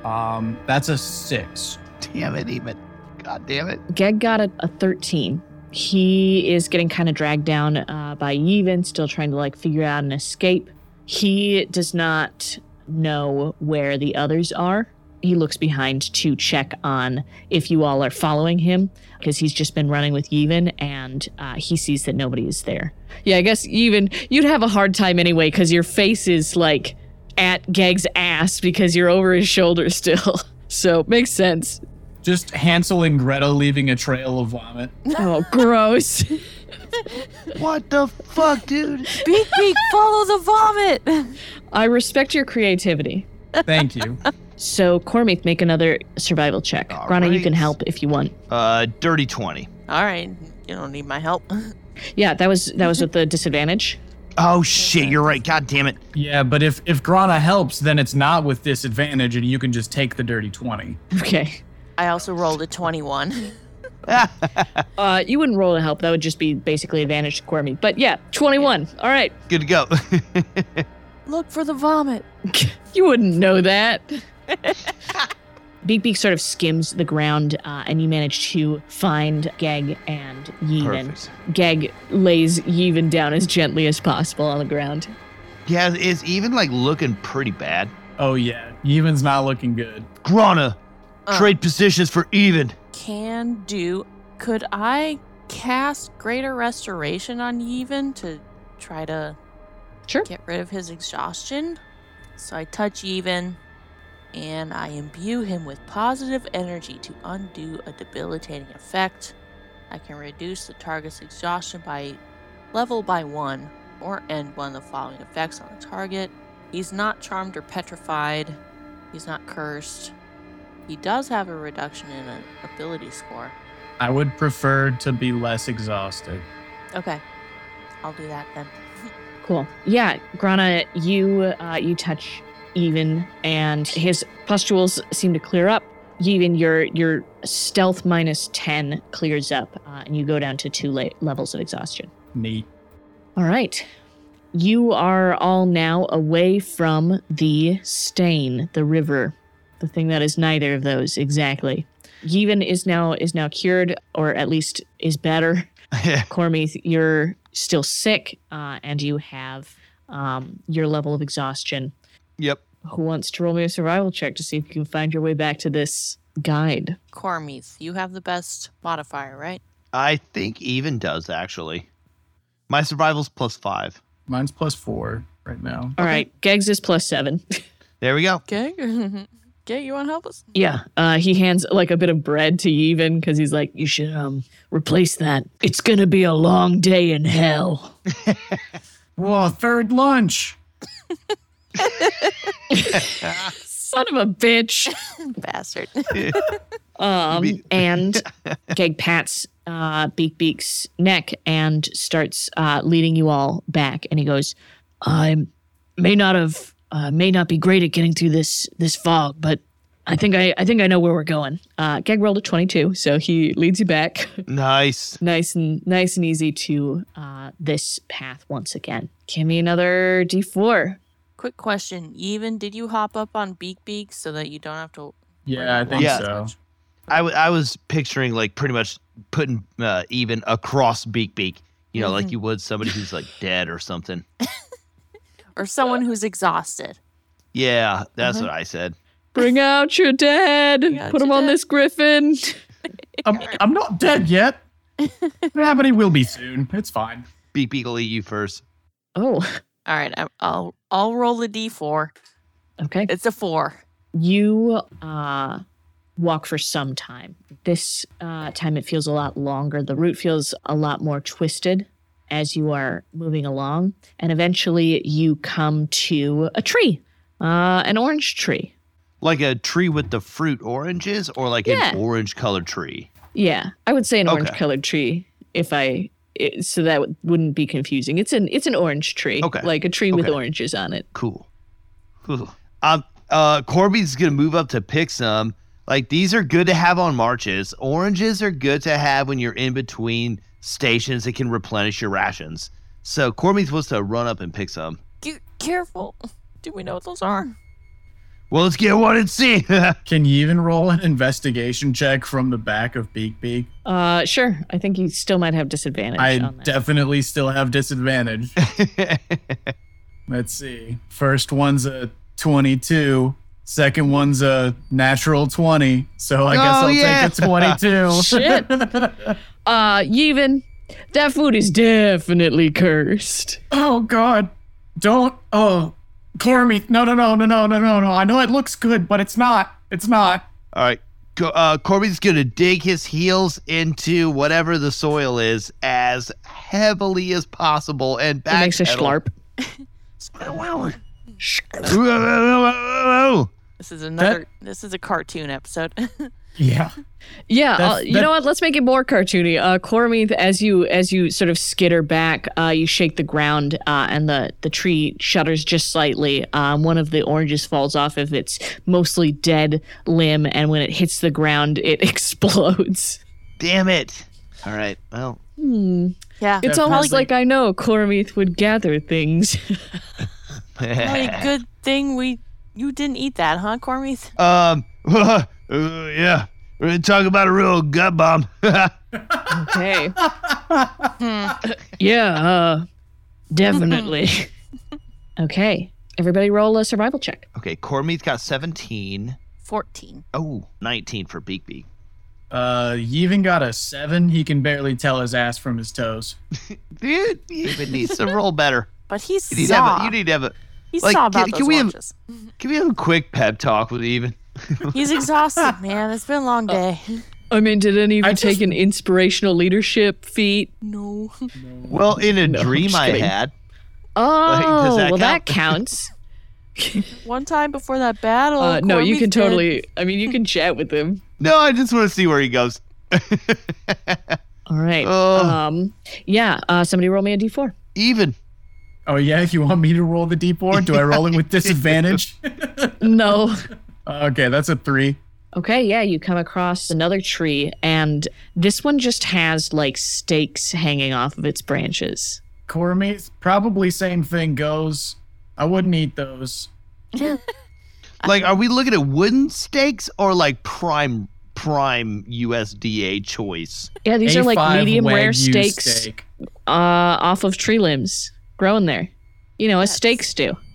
Um, that's a six. Damn it, even. God damn it. Geg got a, a 13. He is getting kind of dragged down uh, by Yevon, still trying to like figure out an escape. He does not know where the others are. He looks behind to check on if you all are following him because he's just been running with Yevon and uh, he sees that nobody is there. Yeah, I guess Yevon, you'd have a hard time anyway because your face is like at Geg's ass because you're over his shoulder still. so makes sense. Just Hansel and Greta leaving a trail of vomit. Oh, gross. What the fuck, dude? Beak, beak, follow the vomit. I respect your creativity. Thank you. So, Cormith, make another survival check. All Grana, you right. can help if you want. Uh, dirty 20. All right. You don't need my help. Yeah, that was that was with the disadvantage. Oh, shit. You're right. God damn it. yeah, but if if Grana helps, then it's not with disadvantage, and you can just take the dirty twenty. Okay. I also rolled a 21. Uh, you wouldn't roll to help. That would just be basically advantage to Cormith. But yeah, 21. All right. Good to go. Look for the vomit. You wouldn't know that. Beak Beak sort of skims the ground, uh, and you manage to find Geg and Yevon. Perfect. Geg lays Yevon down as gently as possible on the ground. Yeah, it's even like looking pretty bad. Oh yeah, Yevon's not looking good. Grana, Uh, trade positions for even. Can do. Could I cast Greater Restoration on Yevon to try to Sure. get rid of his exhaustion? So I touch Yevon and I imbue him with positive energy to undo a debilitating effect. I can reduce the target's exhaustion by level by one or end one of the following effects on the target. He's not charmed or petrified. He's not cursed. He does have a reduction in an ability score. I would prefer to be less exhausted. Okay. I'll do that then. Cool. Yeah, Grana, you uh, you touch Even, and his pustules seem to clear up. Even your your stealth minus ten clears up, uh, and you go down to two la- levels of exhaustion. Neat. All right, you are all now away from the stain, the river, the thing that is neither of those exactly. Even is now is now cured, or at least is better. Cormith, you're still sick uh, and you have um, your level of exhaustion. yep. Who wants to roll me a survival check to see if you can find your way back to this guide? Cormith, you have the best modifier, right? I think even does actually. My survival's plus five. Mine's plus four right now. All right, Gegs is plus seven. There we go. Okay. okay, you want to help us? yeah, uh, he hands like a bit of bread to Yevon because he's like, You should um replace that. It's gonna be a long day in hell. Whoa, third lunch. son of a bitch. Bastard. Um, Be- and Geg pats uh, Beak Beak's neck and starts uh, leading you all back. And he goes, I may not have uh, may not be great at getting through this this fog, but I think I, I think I know where we're going. Uh, Geg rolled a 22, so he leads you back, Nice. nice and nice and easy to uh, this path once again. Give me another D4. Quick question. Even did you hop up on Beak Beak so that you don't have to. Yeah, I think Yeah. so. I, w- I was picturing like pretty much putting uh, even across beak beak. You know, like you would somebody who's like dead or something. Or someone who's exhausted. Yeah, that's Uh-huh. what I said. Bring out your dead. Put 'em out Put your him on dead. this griffin. I'm, I'm not dead yet. yeah, but he will be soon. It's fine. Beak Beak will eat you first. Oh, All right, I- I'll I'll roll a d4. okay. It's a four. You uh, walk for some time. This uh, time it feels a lot longer. The route feels a lot more twisted as you are moving along. And eventually you come to a tree, uh, an orange tree. Like a tree with the fruit oranges or like Yeah. an orange colored tree? Yeah, I would say an Okay. orange colored tree if I it, so that w- wouldn't be confusing. It's an it's an orange tree, Okay. like a tree with Okay. oranges on it. Cool. Cool. Um, uh, Corby's going to move up to pick some. Like these are good to have on marches. Oranges are good to have when you're in between stations that can replenish your rations. So Corby's supposed to run up and pick some. Be careful. Do we know what those are? Well, let's get one and see. Can you even roll an investigation check from the back of Beak Beak? Uh, sure. I think you still might have disadvantage. I on that. definitely still have disadvantage. Let's see. First one's a 22. Second one's a natural 20. So I guess Oh, I'll yeah. take a 22. Shit. uh, Yevon, that food is definitely cursed. oh, God. Don't. Oh, Cormy. No, no, no, no, no, no, no, no. I know it looks good, but it's not. It's not. All right. Co- uh, Corby's going to dig his heels into whatever the soil is as heavily as possible and It back. makes a schlarp. This is another. this is a cartoon episode. Yeah. Yeah, That's- uh, you that- know what? Let's make it more cartoony. Uh, Cormith, as you as you sort of skitter back, uh, you shake the ground, uh, and the the tree shudders just slightly. Um, one of the oranges falls off of its mostly dead limb, and when it hits the ground, it explodes. Damn it. All right. Well, Hmm. yeah. It's almost Definitely. like I know Cormith would gather things. Really good thing we you didn't eat that, huh, Cormie? Um, uh, yeah, we're gonna talk about a real gut bomb. okay. Hmm. Yeah, uh, definitely. Okay. Everybody, roll a survival check. okay, Cormie's got 17. Fourteen. Oh, 19 for Beak Beak. Uh, you even got a seven. He can barely tell his ass from his toes. Dude, you even need to roll better. But he You need, to saw. have a, you need to have a. he like, saw about can- those can we have- oranges. Can we have a quick pep talk with Even? He's exhausted, man. It's been a Uh, long day. I mean, did any of I you take just- an inspirational leadership feat? no. Well, in a No, I'm dream just I kidding. had, Oh, that well, that count? counts. One time before that battle. Oh, Uh, no, you Cormie's can dead. totally. I mean, you can chat with him. no, I just want to see where he goes. All right. Oh. Um. Yeah. Uh. Somebody roll me a d4. even. Oh, yeah. If you want me to roll the deep board, do I roll it with disadvantage? No. okay, that's a three. Okay. Yeah. You come across another tree, and this one just has like stakes hanging off of its branches. Cormie, probably same thing goes. I wouldn't eat those. Like, are we looking at wooden stakes or like prime, prime USDA choice? Yeah. These are like A5 medium rare Wagyu stakes steak. uh off of tree limbs growing there. You know, as That's- stakes do.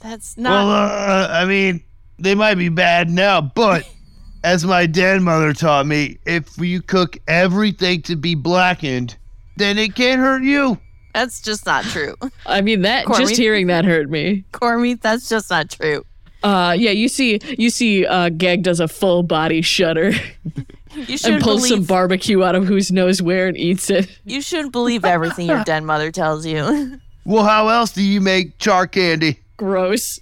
That's not. Well, uh, I mean, they might be bad now, but as my dad mother taught me, if you cook everything to be blackened, then it can't hurt you. that's just not true. I mean, that Corey? just hearing that hurt me. Cormie, that's just not true. Uh, yeah, you see, you see, uh, Gag does a full body shudder You should and pulls believe, some barbecue out of who's knows where and eats it. You shouldn't believe everything your dead mother tells you. Well, how else do you make char candy? Gross.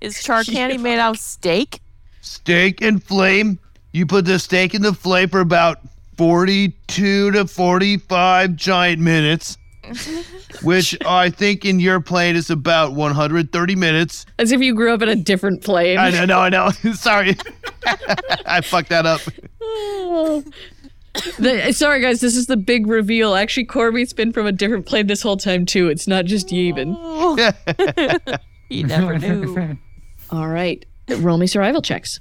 Is char candy made out of steak? Steak and flame. You put the steak in the flame for about 42 to 45 giant minutes, which I think in your plane is about 130 minutes. As if you grew up in a different plane. I know, no, I know. Sorry. I fucked that up. The- sorry, guys, this is the big reveal. Actually, Corby's been from a different plane this whole time, too. It's not just Yevon. Oh, you never knew. All right. Roll me survival checks.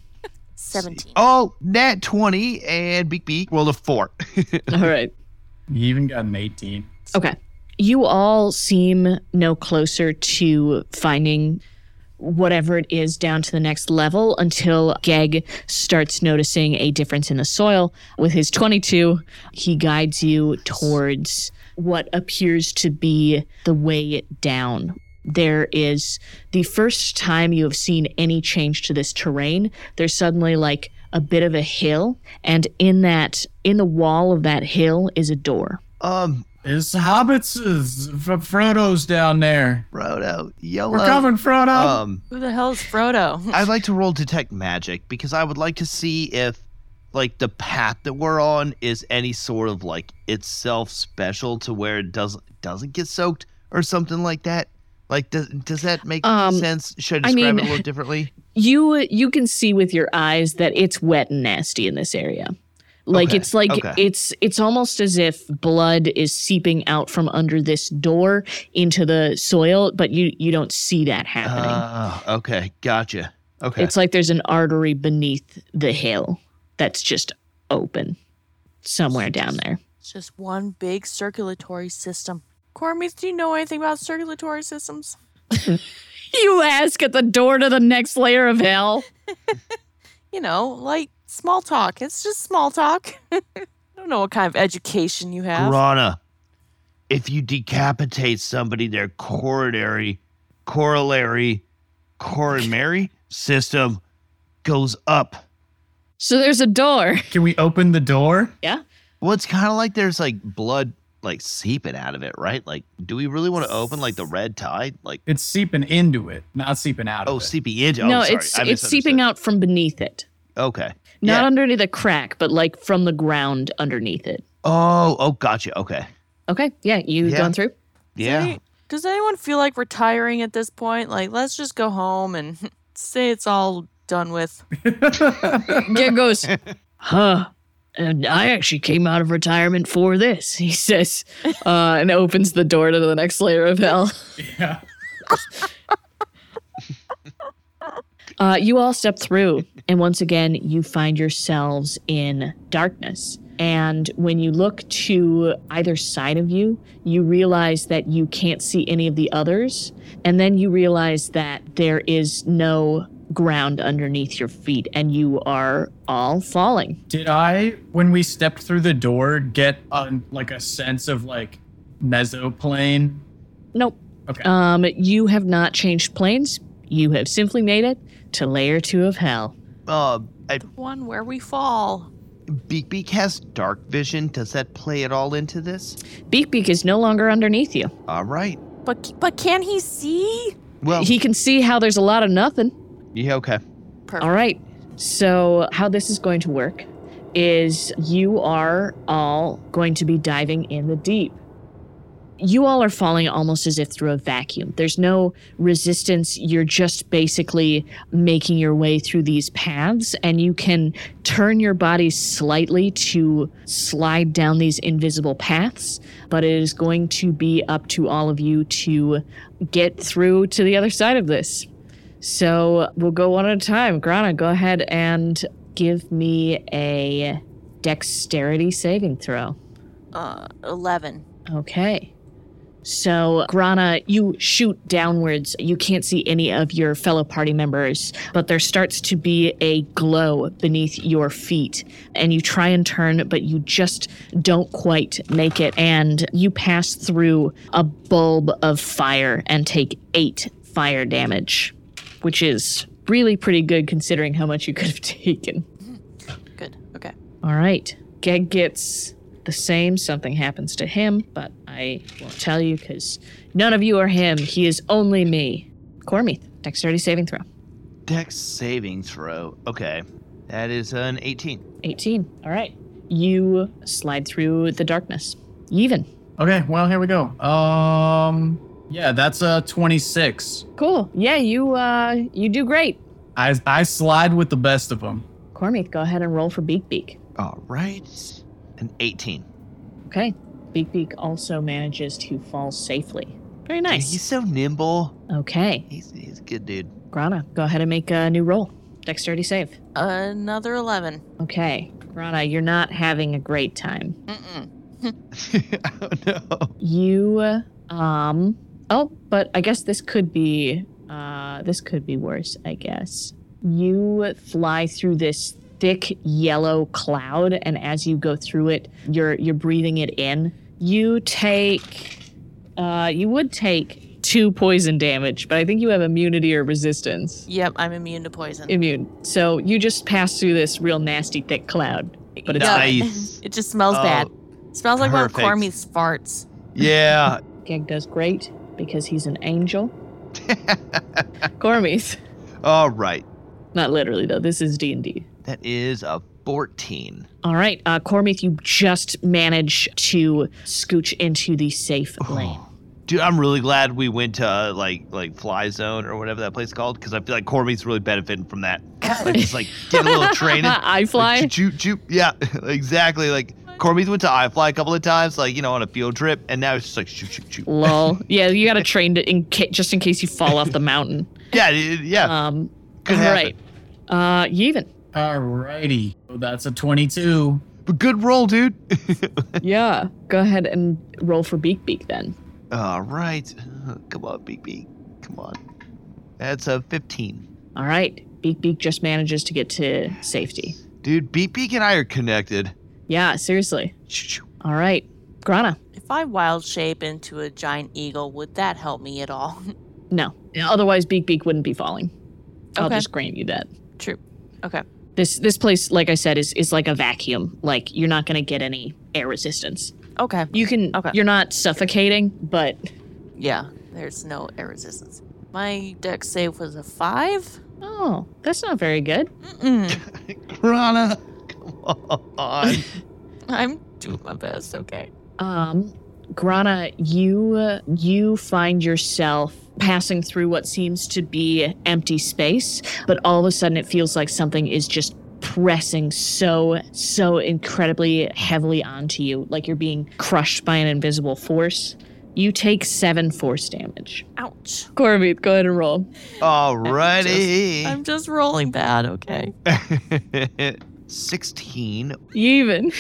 17. Oh, nat 20 and Beak Beak rolled a four. All right. You even got an 18. Okay. You all seem no closer to finding whatever it is down to the next level until Geg starts noticing a difference in the soil. With his 22, he guides you towards what appears to be the way down. There is the first time you have seen any change to this terrain, there's suddenly like a bit of a hill, and in that, in the wall of that hill is a door. Um, It's hobbits, it's Fro- Frodo's down there. Frodo, YOLO. We're coming, Frodo. Um, Who the hell is Frodo? I'd like to roll detect magic because I would like to see if, like, the path that we're on is any sort of like itself special to where it doesn't doesn't get soaked or something like that. Like, does does that make Um, sense? Should I I describe mean- it a little differently? you you can see with your eyes that it's wet and nasty in this area like Okay, it's like okay. it's it's almost as if blood is seeping out from under this door into the soil but you you don't see that happening Ah, okay, gotcha. Okay, it's like there's an artery beneath the hill that's just open somewhere down there It's just one big circulatory system. Cormies, do you know anything about circulatory systems? you ask at the door to the next layer of hell You know, like small talk. It's just small talk. I don't know what kind of education you have. Grana, if you decapitate somebody, their coronary, corollary, coronary system goes up. so there's a door Can we open the door? Well, it's kind of like there's like blood like seeping out of it, right? Like, do we really want to open like the red tide? Like, It's seeping into it, not seeping out oh, of it. seeping into. Oh, no sorry. it's I it's seeping misunderstood. out from beneath it Okay. not Yeah. underneath a crack but like from the ground underneath it Oh, oh, gotcha. Okay. Okay. Yeah. You Yeah. going through? Does, Yeah. any- does anyone feel like retiring at this point? Like, let's just go home and say it's all done with. There goes. Huh. And I actually came out of retirement for this. he says, uh, and opens the door to the next layer of hell. yeah. Uh, you all step through, and once again, you find yourselves in darkness. And when you look to either side of you, you realize that you can't see any of the others. And then you realize that there is no ground underneath your feet, and you are all falling. Did I, when we stepped through the door, get um, like a sense of like mesoplane? Nope. Okay. Um, you have not changed planes. You have simply made it to layer two of hell. Uh, I, The one where we fall. Beak Beak has dark vision. Does that play at all into this? Beak Beak is no longer underneath you. All right. But but can he see? Well, He can see how there's a lot of nothing. yeah. Okay. Perfect. All right. So, how this is going to work is you are all going to be diving in the deep. You all are falling almost as if through a vacuum. There's no resistance. You're just basically making your way through these paths, and you can turn your body slightly to slide down these invisible paths. But it is going to be up to all of you to get through to the other side of this. So we'll go one at a time. Grana, go ahead and give me a dexterity saving throw. Uh, 11. Okay. So, Grana, you shoot downwards. You can't see any of your fellow party members, but there starts to be a glow beneath your feet. And you try and turn, but you just don't quite make it. And you pass through a bulb of fire and take eight fire damage, which is really pretty good considering how much you could have taken. Good. Okay. All right. Geg gets the same. Something happens to him, but I won't tell you because none of you are him. He is only me. Cormeeth, dexterity saving throw. Dex saving throw. Okay. That is an 18. 18. All right. You slide through the darkness. Even. okay. Well, here we go. Um, yeah, that's a 26. Cool. Yeah, you uh you do great. I, I slide with the best of them. Cormeeth, go ahead and roll for Beak Beak. All right. An 18. Okay. Beak Beak also manages to fall safely. Very Dude, nice. he's so nimble. Okay. He's, he's a good dude. Grana, go ahead and make a new roll. Dexterity save. Another 11. Okay. Grana, you're not having a great time. Mm-mm. oh, no. you um oh but i guess this could be Uh, this could be worse, I guess. You fly through this thick yellow cloud, and as you go through it, you're you're breathing it in. You take, uh, you would take two poison damage, but I think you have immunity or resistance. Yep, I'm immune to poison. Immune. So you just pass through this real nasty thick cloud, but it's Yeah. nice. it just smells Oh, bad. smells like perfect. one of Cormy's farts. Yeah. Geg does great because he's an angel. Gormies. All right. Not literally though. This is D and D. That is a 14. All right, uh, Cormith, you just manage to scooch into the safe Oh, lane. Dude, I'm really glad we went to uh, like like Fly Zone or whatever that place is called because I feel like Corby's really benefiting from that. Like, just like did a little training. Like, I fly. choop, choop, choop. Yeah, exactly. Like Corby's went to iFly a couple of times, like you know, on a field trip, and now it's just like shoot, shoot, shoot. Lol. Yeah, you got to train to in ca- just in case you fall off the mountain. Yeah, it, yeah. Um, Could all happen. right. Uh, Yevon. Alrighty. So that's a 22. But good roll, dude. Yeah. Go ahead and roll for Beak Beak then. All right, Uh, come on, Big B, come on. That's a 15. All right. Beak Beak just manages to get to safety. Dude, Beak Beak and I are connected. Yeah, seriously. Shoo, shoo. All right. Grana. If I wild shape into a giant eagle, would that help me at all? No. Otherwise, Beak Beak wouldn't be falling. I'll Okay. just grant you that. True. Okay. This this place, like I said, is is like a vacuum. Like you're not gonna get any air resistance. Okay. You can. Okay. You're not suffocating, but Yeah, there's no air resistance. My deck save was a five. oh, that's not very good. Mm-mm. Rana, come on. I'm doing my best. Okay. Um, Grana, you uh, you find yourself passing through what seems to be empty space, but all of a sudden it feels like something is just pressing so so incredibly heavily onto you, like you're being crushed by an invisible force. You take seven force damage. Ouch. Corby, go ahead and roll. Alrighty. I'm just rolling bad. Okay. 16. Even.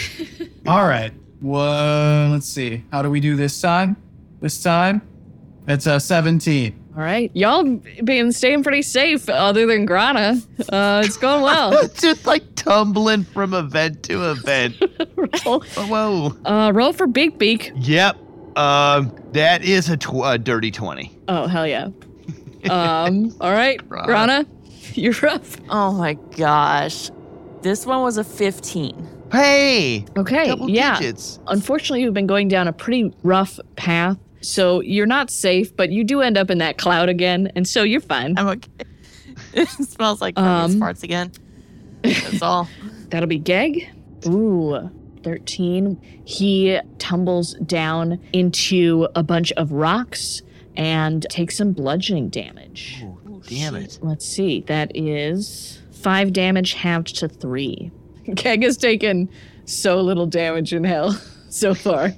All right. Well, let's see. How do we do this time? This time, it's a 17. All right, y'all been staying pretty safe, other than Grana. Uh, it's going well. Just like tumbling from event to event. roll, Whoa. uh, roll for Big Beak. Yep. Um, that is a, tw- a dirty 20. Oh hell yeah! Um, all right, Grana. Grana, you're up. Oh my gosh. This one was a 15. Hey. Okay, Double yeah. digits. Unfortunately, you've been going down a pretty rough path, so you're not safe. But you do end up in that cloud again, and so you're fine. Um, I'm okay. it smells like um, Um. farts again. That's all. That'll be Geg. Ooh, thirteen. He tumbles down into a bunch of rocks and takes some bludgeoning damage. Ooh, damn it. Let's see. That is five damage halved to three. Keg has taken so little damage in hell so far.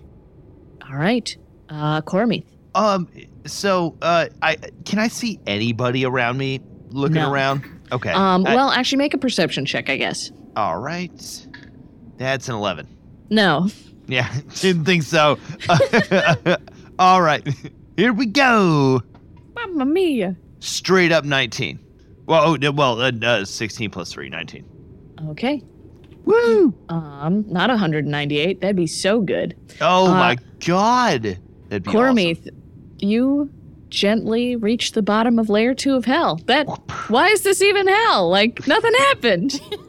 All right. Uh, Cormith. Um, so, uh, I can I see anybody around me looking No. around? Okay. Um, I- well, actually, make a perception check, I guess. all right. That's an 11. No. Yeah, didn't think so. All right, here we go. Mamma mia. Straight up 19. Well, oh, no, well, uh, uh, 16 plus 3, 19. Okay. Woo! Um, not 198. That'd be so good. Oh Uh, my god. That'd be Cormith, you gently reach the bottom of layer two of hell. That. Why is this even hell? Like, nothing happened. awesome.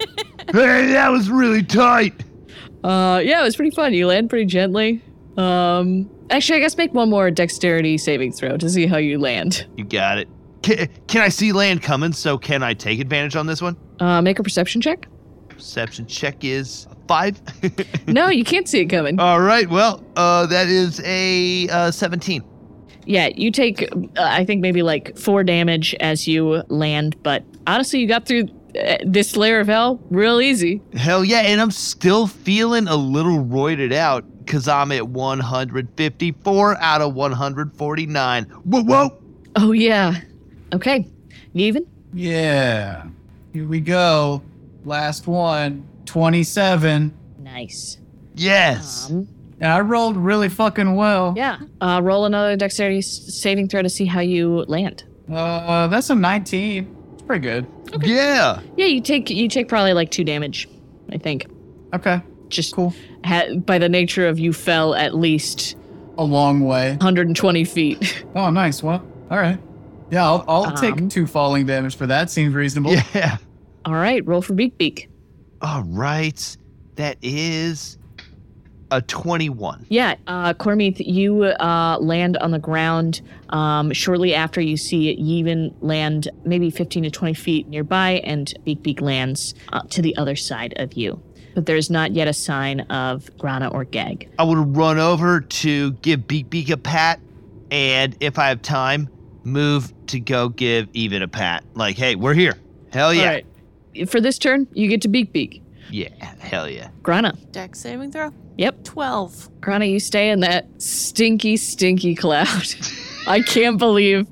Hey, that was really tight. Uh, yeah, it was pretty fun. You land pretty gently. Um, actually, I guess make one more dexterity saving throw to see how you land. You got it. Can, can I see land coming? So can I take advantage on this one? Uh, make a perception check. Perception check is a five. no, you can't see it coming. All right. Well, uh, that is a uh, 17. Yeah, you take, uh, I think maybe like four damage as you land, but honestly, you got through uh, this layer of hell real easy. Hell yeah, and I'm still feeling a little roided out because I'm at 154 out of 149. Whoa, whoa! Oh yeah. Okay, even. Yeah. Here we go. Last one. 27. Nice. Yes! Um, Yeah, I rolled really fucking well. yeah. Uh, roll another dexterity s- saving throw to see how you land. Uh, that's a 19. It's pretty good. Yeah. Yeah, you take you take probably like two damage, I think. Okay, Just cool. ha- by the nature of you fell at least A long way. 120 feet. Oh, nice. Well, all right. Yeah, I'll, I'll Um, take two falling damage for that. Seems reasonable. Yeah. All right, roll for beak beak. All right. That is a 21. Yeah, uh, Cormeeth, you uh, land on the ground um, shortly after you see Yevon land maybe 15 to 20 feet nearby, and Beak Beak lands uh, to the other side of you. But there's not yet a sign of Grana or Gag. I would run over to give Beak Beak a pat, and if I have time, move to go give Even a pat. Like, hey, we're here. Hell yeah. All right. For this turn, you get to Beak Beak. Yeah. Hell yeah. Grana. Deck saving throw? Yep. 12. Grana, you stay in that stinky, stinky cloud. I can't believe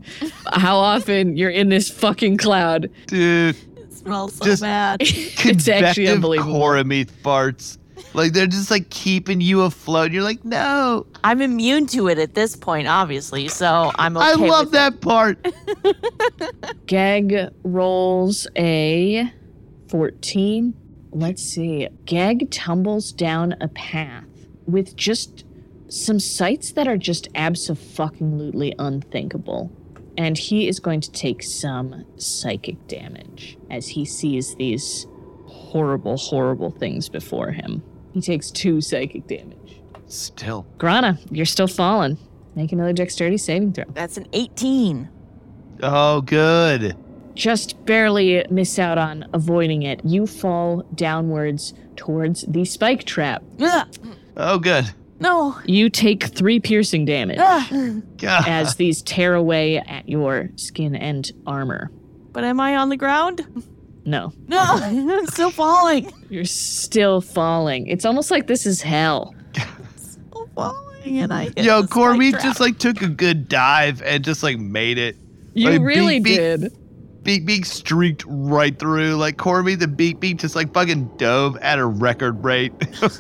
how often you're in this fucking cloud. Dude, It smells so Just- bad. it's actually convective unbelievable. Coromith farts. Like, they're just like keeping you afloat. You're like, no, I'm immune to it at this point, obviously, so I'm okay. I with love it. that part. Gag rolls a 14. Let's see. Gag tumbles down a path with just some sights that are just absolutely unthinkable. And he is going to take some psychic damage as he sees these horrible, horrible things before him. He takes two psychic damage. Still. Grana, you're still falling. Make another dexterity saving throw. That's an 18. Oh, good. just barely miss out on avoiding it. You fall downwards towards the spike trap. Ugh. Oh, good. No. You take three piercing damage Ugh. God. as these tear away at your skin and armor. But am I on the ground? No, No. I'm still falling. you're still falling. It's almost like this is hell. Still falling. And I hit Yo, the spike Cormie trap. just like took a good dive and just like made it. You Like, really beep, beep. did. Beak Beak streaked right through. Like Cormie, the Beak Beak just like fucking dove at a record rate.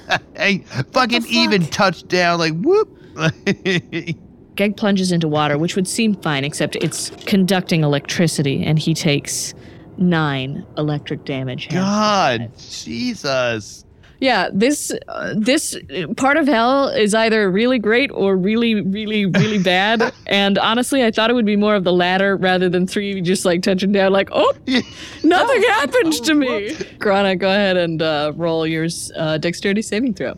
hey, fucking fuck? even touched down. Like whoop. Geg plunges into water, which would seem fine, except it's conducting electricity, and he takes nine electric damage. God, Jesus. Yeah, this uh, this part of hell is either really great or really, really, really bad. And honestly, I thought it would be more of the latter rather than three just like touching down, like, oh, nothing happens to me. Grana, go ahead and uh, roll your uh, dexterity saving throw.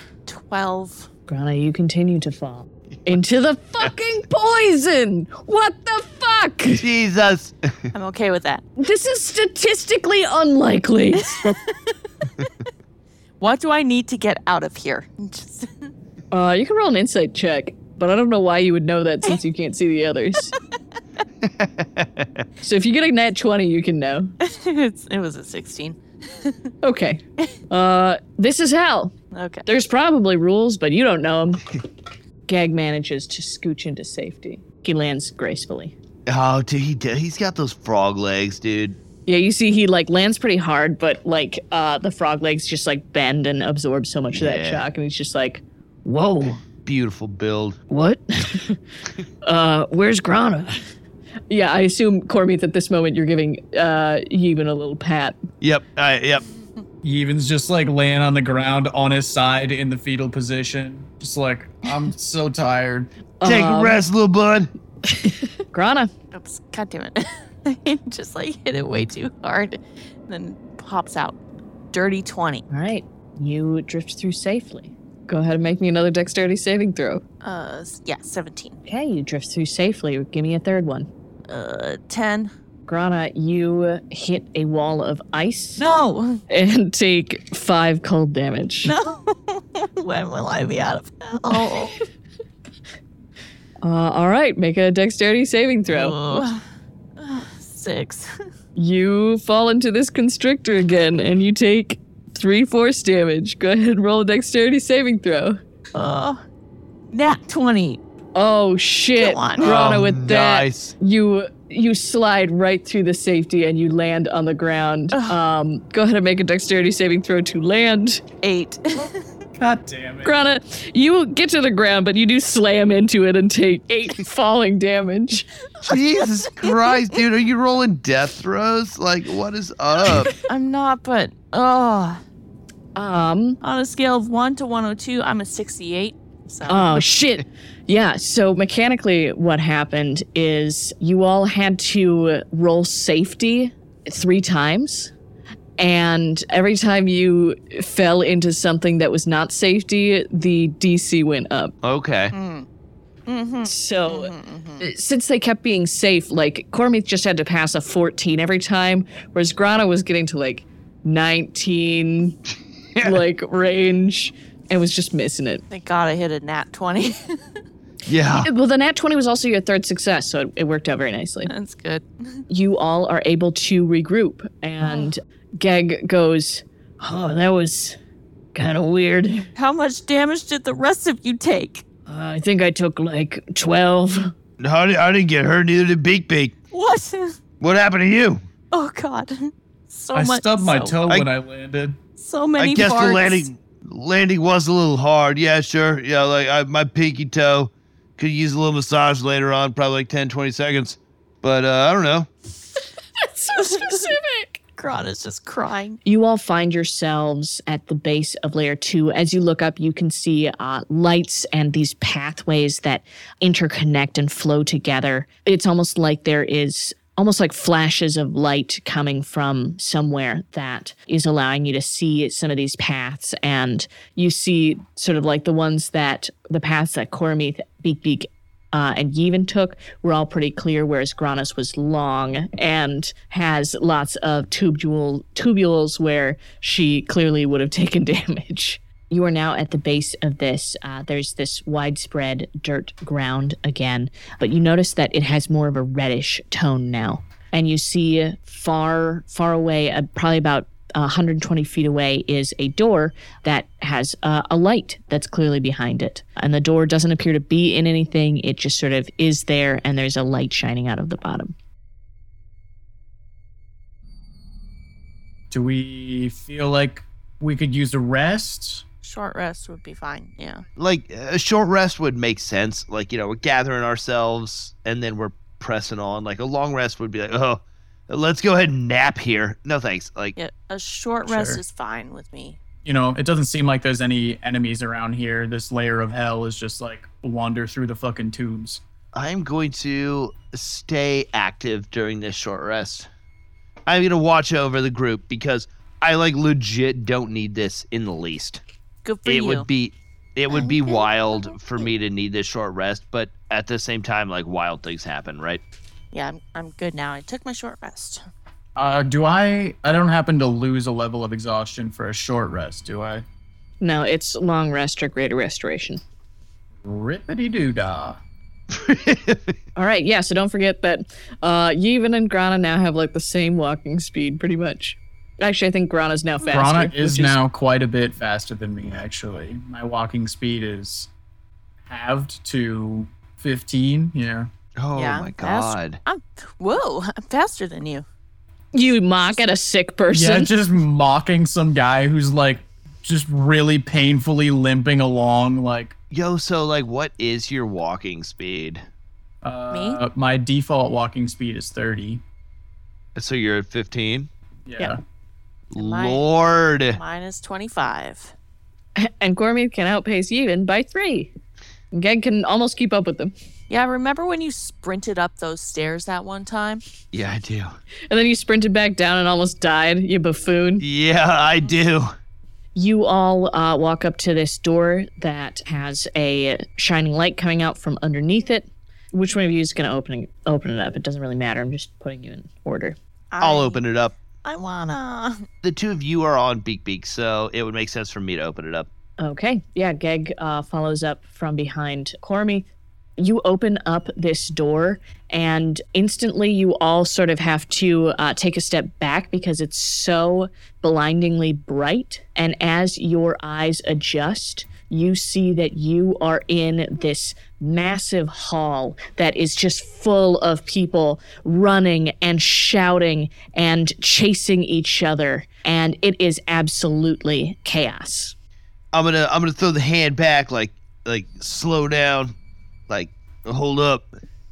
12. Grana, you continue to fall into the fucking poison. What the fuck? Jesus. I'm okay with that. This is statistically unlikely. What do I need to get out of here? Just- Uh, you can roll an insight check, but I don't know why you would know that since you can't see the others. so if you get a nat 20, you can know. it's, it was a 16. Okay. Uh, this is hell. Okay. There's probably rules, but you don't know them. Gag manages to scooch into safety. He lands gracefully. Oh, dude, he did. He's got those frog legs, dude. Yeah, you see he like lands pretty hard, but like uh the frog legs just like bend and absorb so much of that Yeah. shock and he's just like, Whoa, Beautiful build. what? uh, where's Grana? yeah, I assume Cormith at this moment you're giving uh Yevon a little pat. Yep. Uh, yep. Even's just like laying on the ground on his side in the fetal position. Just like, I'm so tired. Take Um, a rest, little bud. Grana. Oops. God damn it. I just like hit it way too hard and then pops out. Dirty 20. All right. You drift through safely. Go ahead and make me another dexterity saving throw. Uh, s- yeah, 17. Okay, you drift through safely. Give me a third one. Uh, 10. Grana, you hit a wall of ice No. and take five cold damage. No. when will I be out of hell? Uh, all right, make a dexterity saving throw. Ugh. Uh, Six. You fall into this constrictor again and you take three force damage. Go ahead and roll a dexterity saving throw. Uh, nat 20. Oh shit. Come on. Grana Oh, with that. Nice. you you slide right through the safety and you land on the ground. Ugh. Um, go ahead and make a dexterity saving throw to land. Eight. God damn it. Grana, you get to the ground, but you do slam into it and take eight falling damage. Jesus Christ, dude, are you rolling death throws? Like, what is up? I'm not, but oh, Um. on a scale of one to 102, I'm a 68. So Oh shit. Yeah. So mechanically, what happened is you all had to roll safety three times, and every time you fell into something that was not safety, the DC went up. Okay. Mm. Mhm, So. uh, mhm, mhm. since they kept being safe, like Cormith just had to pass a 14 every time, whereas Grana was getting to like 19, like range, and was just missing it. Thank God I hit a nat 20. Yeah. Well, the nat 20 was also your third success, so it, it worked out very nicely. That's good. You all are able to regroup, and Geg goes, Oh, that was kind of weird. Uh, How much damage did the rest of you take? I think I took like 12. No, I di- I didn't get hurt, neither did Beak Beak. What? What happened to you? Oh God. So I much. stubbed my so, toe I- when I landed. So many I guess farts. the landing landing was a little hard. Yeah, sure. Yeah, like I, my pinky toe could use a little massage later on, probably like 10, 20 seconds. But uh, I don't know. So specific. God is just crying. You all find yourselves at the base of layer two. As you look up, you can see uh, lights and these pathways that interconnect and flow together. It's almost like there is almost like flashes of light coming from somewhere that is allowing you to see some of these paths. And you see sort of like the ones that the paths that Cormith, Beak Beak, uh, and Yevon took were all pretty clear, whereas Granus was long and has lots of tubule, tubules where she clearly would have taken damage. You are now at the base of this. Uh, there's this widespread dirt ground again, but you notice that it has more of a reddish tone now. And you see far, far away, uh, probably about 120 feet away is a door that has uh, a light that's clearly behind it. And the door doesn't appear to be in anything, it just sort of is there, and there's a light shining out of the bottom. Do we feel like we could use a rest? Short rest would be fine. Yeah. Like a short rest would make sense. Like, you know, we're gathering ourselves and then we're pressing on. Like a long rest would be like, oh, let's go ahead and nap here. No thanks. Like, Yeah. A short rest Sure. is fine with me. You know, it doesn't seem like there's any enemies around here. This layer of hell is just like wander through the fucking tubes. I'm going to stay active during this short rest. I'm going to watch over the group because I like legit don't need this in the least. Good for it you. would be it would be wild for me to need this short rest, but at the same time like wild things happen, right? yeah, I'm, I'm good now. I took my short rest. Uh, do I? I don't happen to lose a level of exhaustion for a short rest, do I? No, it's long rest or greater restoration. Rippity doo dah. All right, yeah, so don't forget that uh, Yevon and Grana now have like the same walking speed, pretty much. Actually, I think Grana's now faster. Prana which is now quite a bit faster than me, actually. My walking speed is halved to 15. Yeah. oh Yeah, my that's- god. I'm, whoa, I'm faster than you. You mock at a sick person. Yeah, just mocking some guy who's like just really painfully limping along. Like, Yo, so like what is your walking speed? uh, my default walking speed is 30. So you're at 15? Yeah. Mine- Lord. Mine is 25. and Gormith can outpace Yevon by three. Geg can almost keep up with them. Yeah, remember when you sprinted up those stairs that one time? Yeah, I do. And then you sprinted back down and almost died, you buffoon. Yeah, I do. You all uh, walk up to this door that has a shining light coming out from underneath it. Which one of you is going to open open it up? It doesn't really matter. I'm just putting you in order. I'll I- open it up. I wanna. the two of you are on Beak Beak, so it would make sense for me to open it up. Okay. Yeah, Geg uh, follows up from behind Cormie. You open up this door, and instantly you all sort of have to uh, take a step back because it's so blindingly bright. And as your eyes adjust, you see that you are in this massive hall that is just full of people running and shouting and chasing each other. And it is absolutely chaos. I'm gonna I'm gonna throw the hand back like like slow down, like hold up,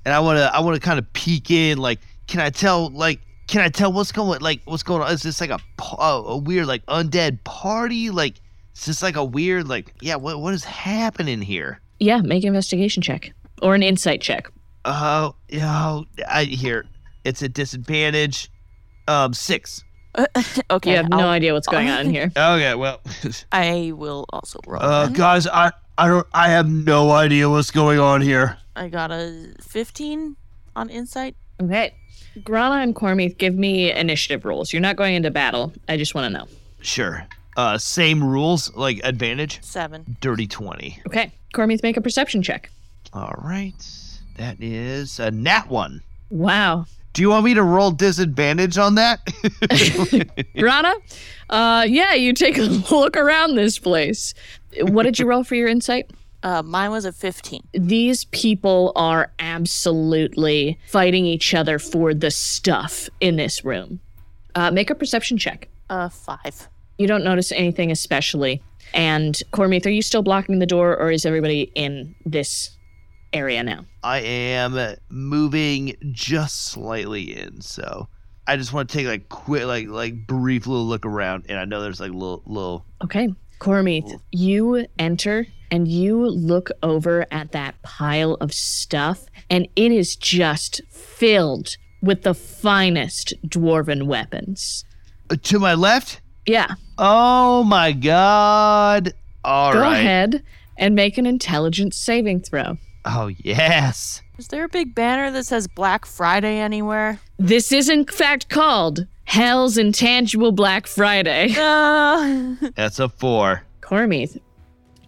and I wanna I wanna kind of peek in like can I tell like can I tell what's going like what's going on is this like a pa- a, a weird like undead party like is this like a weird like yeah what what is happening here Yeah, make an investigation check or an insight check. oh oh I here it's a disadvantage um six Okay. you have no I'll- idea what's going on here. okay well I will also roll. uh then. guys I I don't I have no idea what's going on here I got a 15 on insight. Okay. Grana and Cormith, give me initiative rules. You're not going into battle. I just want to know. sure uh same rules like advantage Seven. dirty twenty Okay. Cormith, make a perception check. all right that is a nat one. Wow. Do you want me to roll disadvantage on that? Grana, uh, yeah, you take a look around this place. What did you roll for your insight? Uh, mine was a 15. These people are absolutely fighting each other for the stuff in this room. Uh, make a perception check. Uh, five. You don't notice anything especially. And Cormith, are you still blocking the door or is everybody in this area now? I am moving just slightly in, so I just want to take like quick, like like brief little look around, and I know there's like little little. Okay. Cormith, you enter and you look over at that pile of stuff, and it is just filled with the finest dwarven weapons. Uh, To my left. Yeah. Oh my god! All right. go ahead and make an intelligence saving throw. Oh yes. Is there a big banner that says Black Friday anywhere? This is, in fact, called Hell's Intangible Black Friday. No. That's a four. Cormith,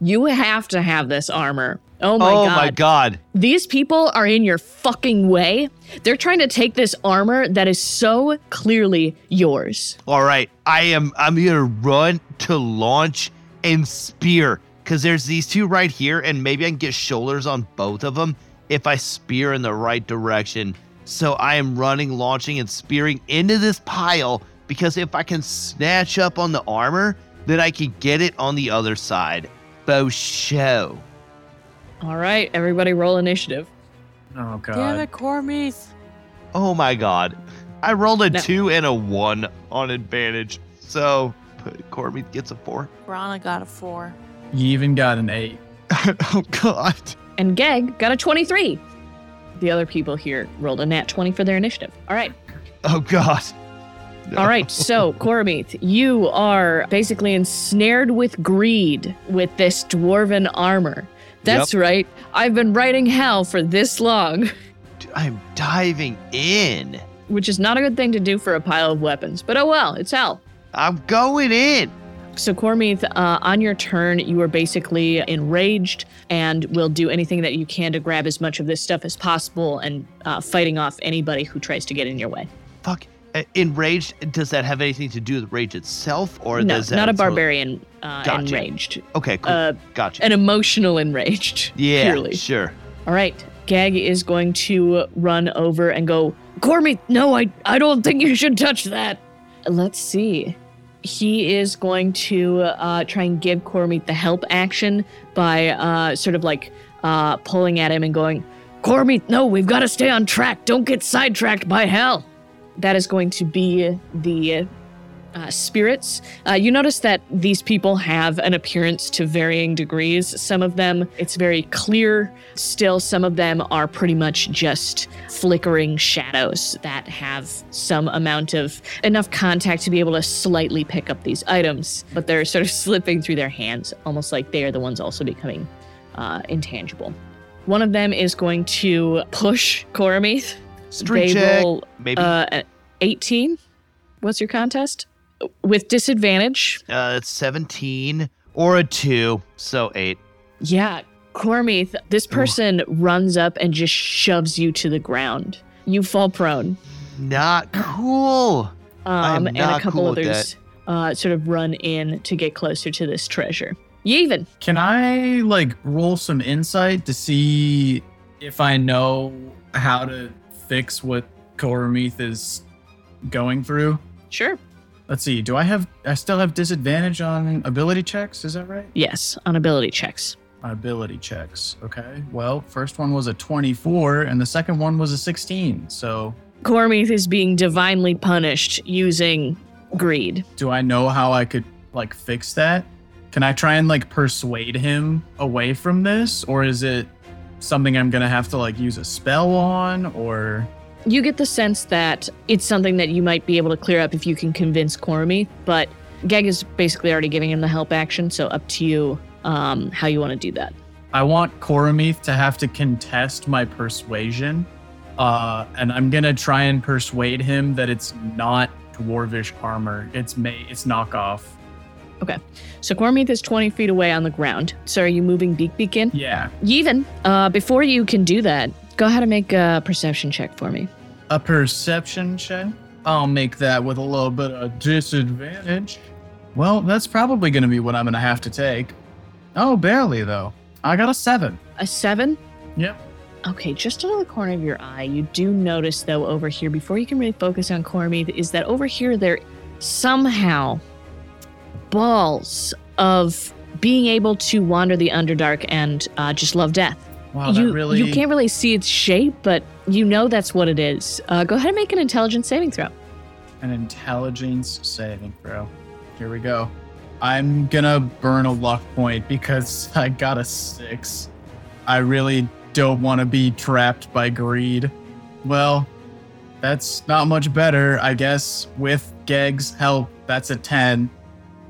you have to have this armor. Oh my oh god. my god. These people are in your fucking way. They're trying to take this armor that is so clearly yours. All right. I am. I'm gonna run to launch and spear because there's these two right here, and maybe I can get shoulders on both of them if I spear in the right direction. So I am running, launching, and spearing into this pile because if I can snatch up on the armor, then I can get it on the other side. Bo show. All right, everybody roll initiative. Oh god. Damn it, Cormith. Oh my god. I rolled a No. two and a one on advantage. So Corby gets a four. Rana got a four. You even got an eight. oh god. And Geg got a 23. The other people here rolled a nat 20 for their initiative. All right. Oh god. All right. So, Koromith, you are basically ensnared with greed with this dwarven armor. That's right. I've been writing hell for this long, Dude, I'm diving in. which is not a good thing to do for a pile of weapons. But oh well, it's hell. I'm going in. So, Cormith, uh, on your turn, you are basically enraged and will do anything that you can to grab as much of this stuff as possible and uh, fighting off anybody who tries to get in your way. Fuck. Uh, Enraged. Does that have anything to do with rage itself, or no, does that not sort a of- barbarian uh, Gotcha. enraged, okay, cool. uh, gotcha. an emotional enraged. yeah, purely. sure. All right. Gag is going to run over and go, Cormith, no, I, I don't think you should touch that. Let's see. He is going to uh, try and give Cormith the help action by uh, sort of like uh, pulling at him and going, Cormith, no, we've got to stay on track. Don't get sidetracked by hell. That is going to be the uh, spirits. Uh, you notice that these people have an appearance to varying degrees. Some of them, it's very clear. Still, some of them are pretty much just flickering shadows that have some amount of enough contact to be able to slightly pick up these items, but they're sort of slipping through their hands, almost like they are the ones also becoming uh, intangible. One of them is going to push Koromith. Street they check. will Maybe uh, uh, at 18. What's your contest? With disadvantage. uh, it's seventeen or a two, so eight. Yeah, Cormith, this person runs up and just shoves you to the ground. You fall prone. Not cool. I am Um, and a not couple cool with others uh, sort of run in to get closer to this treasure. Yevon, Can I like roll some insight to see if I know how to fix what Koromith is going through? sure. Let's see. Do I have? I still have disadvantage on ability checks. Is that right? Yes, on ability checks. On ability checks. Okay. Well, first one was a 24, and the second one was a 16. So, Cormith is being divinely punished using greed. do I know how I could like fix that? Can I try and like persuade him away from this, or is it something I'm gonna have to like use a spell on, or? You get the sense that it's something that you might be able to clear up if you can convince Cormith, but Geg is basically already giving him the help action, so up to you um, how you want to do that. I want Koromith to have to contest my persuasion. Uh, and I'm gonna try and persuade him that it's not dwarvish armor. It's may it's knockoff. So Cormith is 20 feet away on the ground. So are you moving Beak Beak in? Yeah. Yevon, uh, before you can do that, go ahead and make a perception check for me. A perception check. I'll make that with a little bit of disadvantage. Well, that's probably gonna be what I'm gonna have to take. Oh, barely though. I got a seven. A seven? Yep. Okay, just out of the corner of your eye, you do notice though over here, before you can really focus on Cormith, is that over here there somehow balls of being able to wander the Underdark and uh, just love death. Wow, you, Oh, that really you can't really see its shape, but you know that's what it is. Uh, go ahead and make an intelligence saving throw. an intelligence saving throw. Here we go. I'm gonna burn a luck point because I got a six. I really don't want to be trapped by greed. Well, that's not much better, I guess. With Geg's help, that's a 10.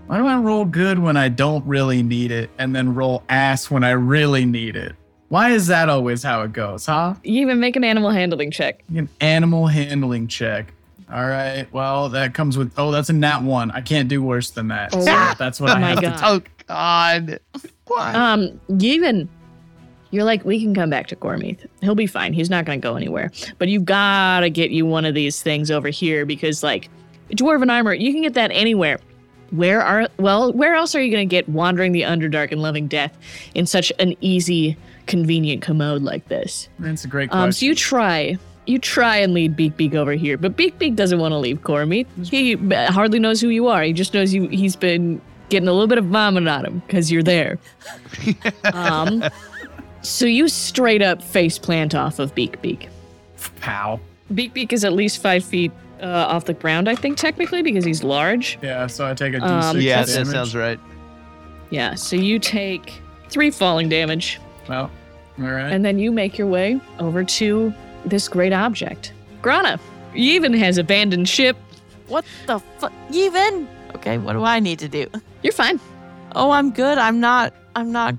Why do I roll good when I don't really need it and then roll ass when I really need it? Why is that always how it goes, huh? You even make an animal handling check. An animal handling check. All right. Well, that comes with. Oh, that's a nat one. I can't do worse than that. Oh. So that's what I my have to. God. Oh God! Why? Um, Yevon, you're like, we can come back to Gormeath. He'll be fine. He's not going to go anywhere. But you gotta get you one of these things over here because, like, dwarven armor, you can get that anywhere. Where are well? Where else are you going to get wandering the underdark and loving death in such an easy, convenient commode like this? That's a great question. Um, so you try, you try and lead Beak Beak over here, but Beak Beak doesn't want to leave Cormie. He b- hardly knows who you are. He just knows you. He's been getting a little bit of vomit on him because you're there. um, so you straight up face plant off of Beak Beak. Pow. Beak Beak is at least five feet uh, off the ground, I think, technically, because he's large. Yeah. So I take a Um, d6 yeah, damage. that sounds right. Yeah. So you take three falling damage, Well, all right. and then you make your way over to this great object, Grana. He even has abandoned ship. What the fuck? Even? Okay, what do I need to do? You're fine. Oh, I'm good. I'm not. I'm not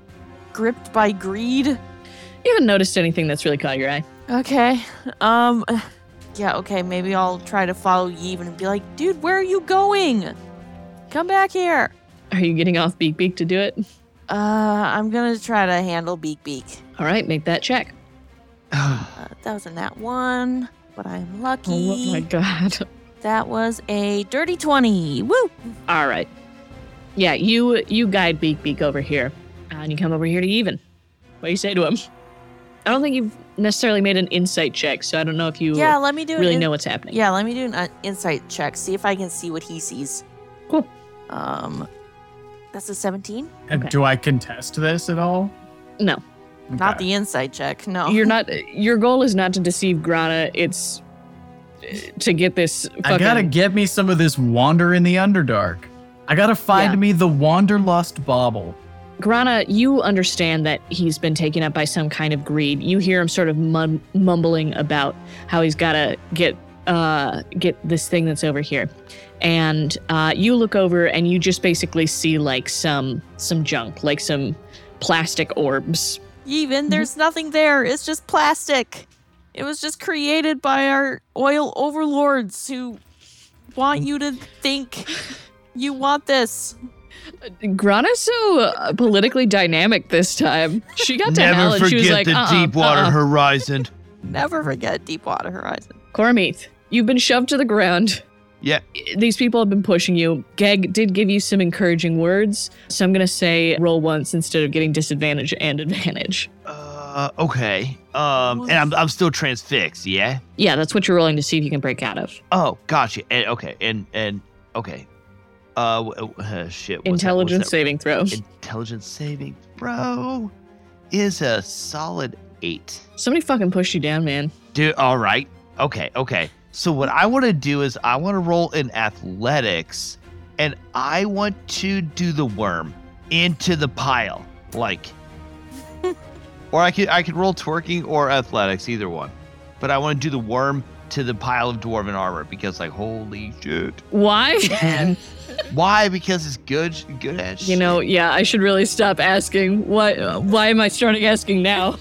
gripped by greed. You haven't noticed anything that's really caught your eye. Okay. Um. Yeah. Okay. Maybe I'll try to follow Even and be like, dude, where are you going? Come back here. Are you getting off Beak Beak to do it? Uh, I'm gonna try to handle Beak Beak. All right, make that check. Uh, that was a nat one, but I'm lucky. Oh my god. That was a dirty twenty. Woo! All right. Yeah, you you guide Beak Beak over here, uh, and you come over here to Even. What do you say to him? I don't think you've necessarily made an insight check, so I don't know if you Yeah. Let me do. an really in- know what's happening. Yeah. Let me do an uh, insight check. See if I can see what he sees. Cool. Um. That's a 17? And okay. do I contest this at all? No, Not Okay. the inside check, no. you're not. Your goal is not to deceive Grana. It's uh, to get this. Fucking, I gotta get me some of this wander in the underdark. I gotta find Yeah. me the wanderlust bauble. Grana, you understand that he's been taken up by some kind of greed. You hear him sort of mum- mumbling about how he's got to get uh, get this thing that's over here, and uh, you look over and you just basically see like some some junk, like some plastic orbs. Even there's nothing there. It's just plastic. It was just created by our oil overlords who want you to think you want this. Grana's so uh, politically dynamic this time. She got to hell Never and she was forget like, the uh-uh, Deepwater uh-uh. Horizon. Never forget Deepwater Horizon. Cormeeth, you've been shoved to the ground. Yeah. These people have been pushing you. Geg did give you some encouraging words, so I'm going to say roll once instead of getting disadvantage and advantage. Uh, okay. Um, and I'm I'm still transfixed. Yeah. Yeah, that's what you're rolling to see if you can break out of. Oh, gotcha. And okay, and and okay. Uh, w- w- uh shit. what's that- what's Intelligence that? saving throw. Intelligence saving throw is a solid eight. Somebody fucking pushed you down, man. Dude, all right. Okay, okay. So what I want to do is I want to roll in athletics and I want to do the worm into the pile. Like or I could I could roll twerking or athletics, either one. But I want to do the worm to the pile of dwarven armor because like holy shit. Why? Why? Because it's good sh- good ass you know, yeah, I should really stop asking. Why? Why am I starting asking now?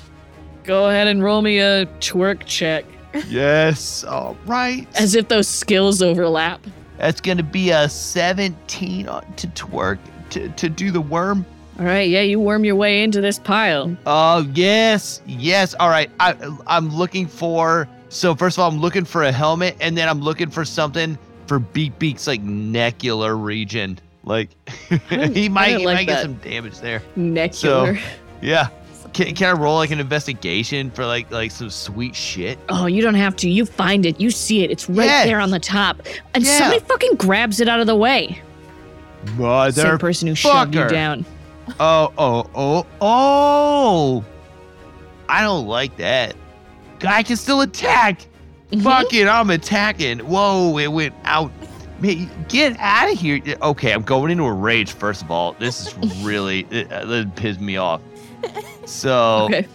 Go ahead and roll me a twerk check, shit. Yes. All right. as if those skills overlap. That's gonna be a 17 on- to twerk to, to do the worm. All right, yeah, you worm your way into this pile. Oh yes, yes. All right, I, I'm looking for. So first of all, I'm looking for a helmet, and then I'm looking for something for Beak Beak's like necular region. Like don't- he might he don't Hmm, like might get that. some damage there. Necular. Yeah. Can, can I roll like an investigation for like like some sweet shit? Oh, you don't have to. You find it. You see it. It's right Yes. there on the top. And Yeah. somebody fucking grabs it out of the way. Same Mother. person who shoved you fucker. down. Oh oh oh oh! I don't like that. I can still attack. Mm-hmm. Fuck it, I'm attacking. Whoa, it went out. Man, get out of here. Okay, I'm going into a rage, first of all. This is really, it, uh, that pissed me off. So, Okay.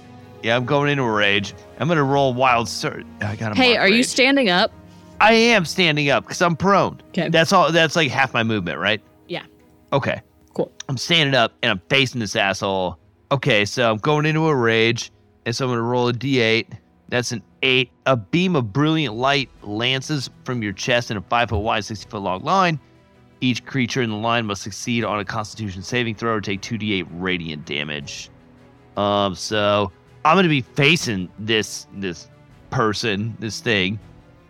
yeah, I'm going into a rage. I'm going to roll wild surge. I got Hey, are you standing up? I am standing up because I'm prone. 'Kay. That's all, that's like half my movement, right? Yeah. Okay. Cool. I'm standing up and I'm facing this asshole. Okay, so I'm going into a rage, and so I'm gonna roll a d8. That's an eight. A beam of brilliant light lances from your chest in a five foot wide, sixty foot long line. Each creature in the line must succeed on a Constitution saving throw or take two d8 radiant damage. Um, so I'm gonna be facing this this person, this thing,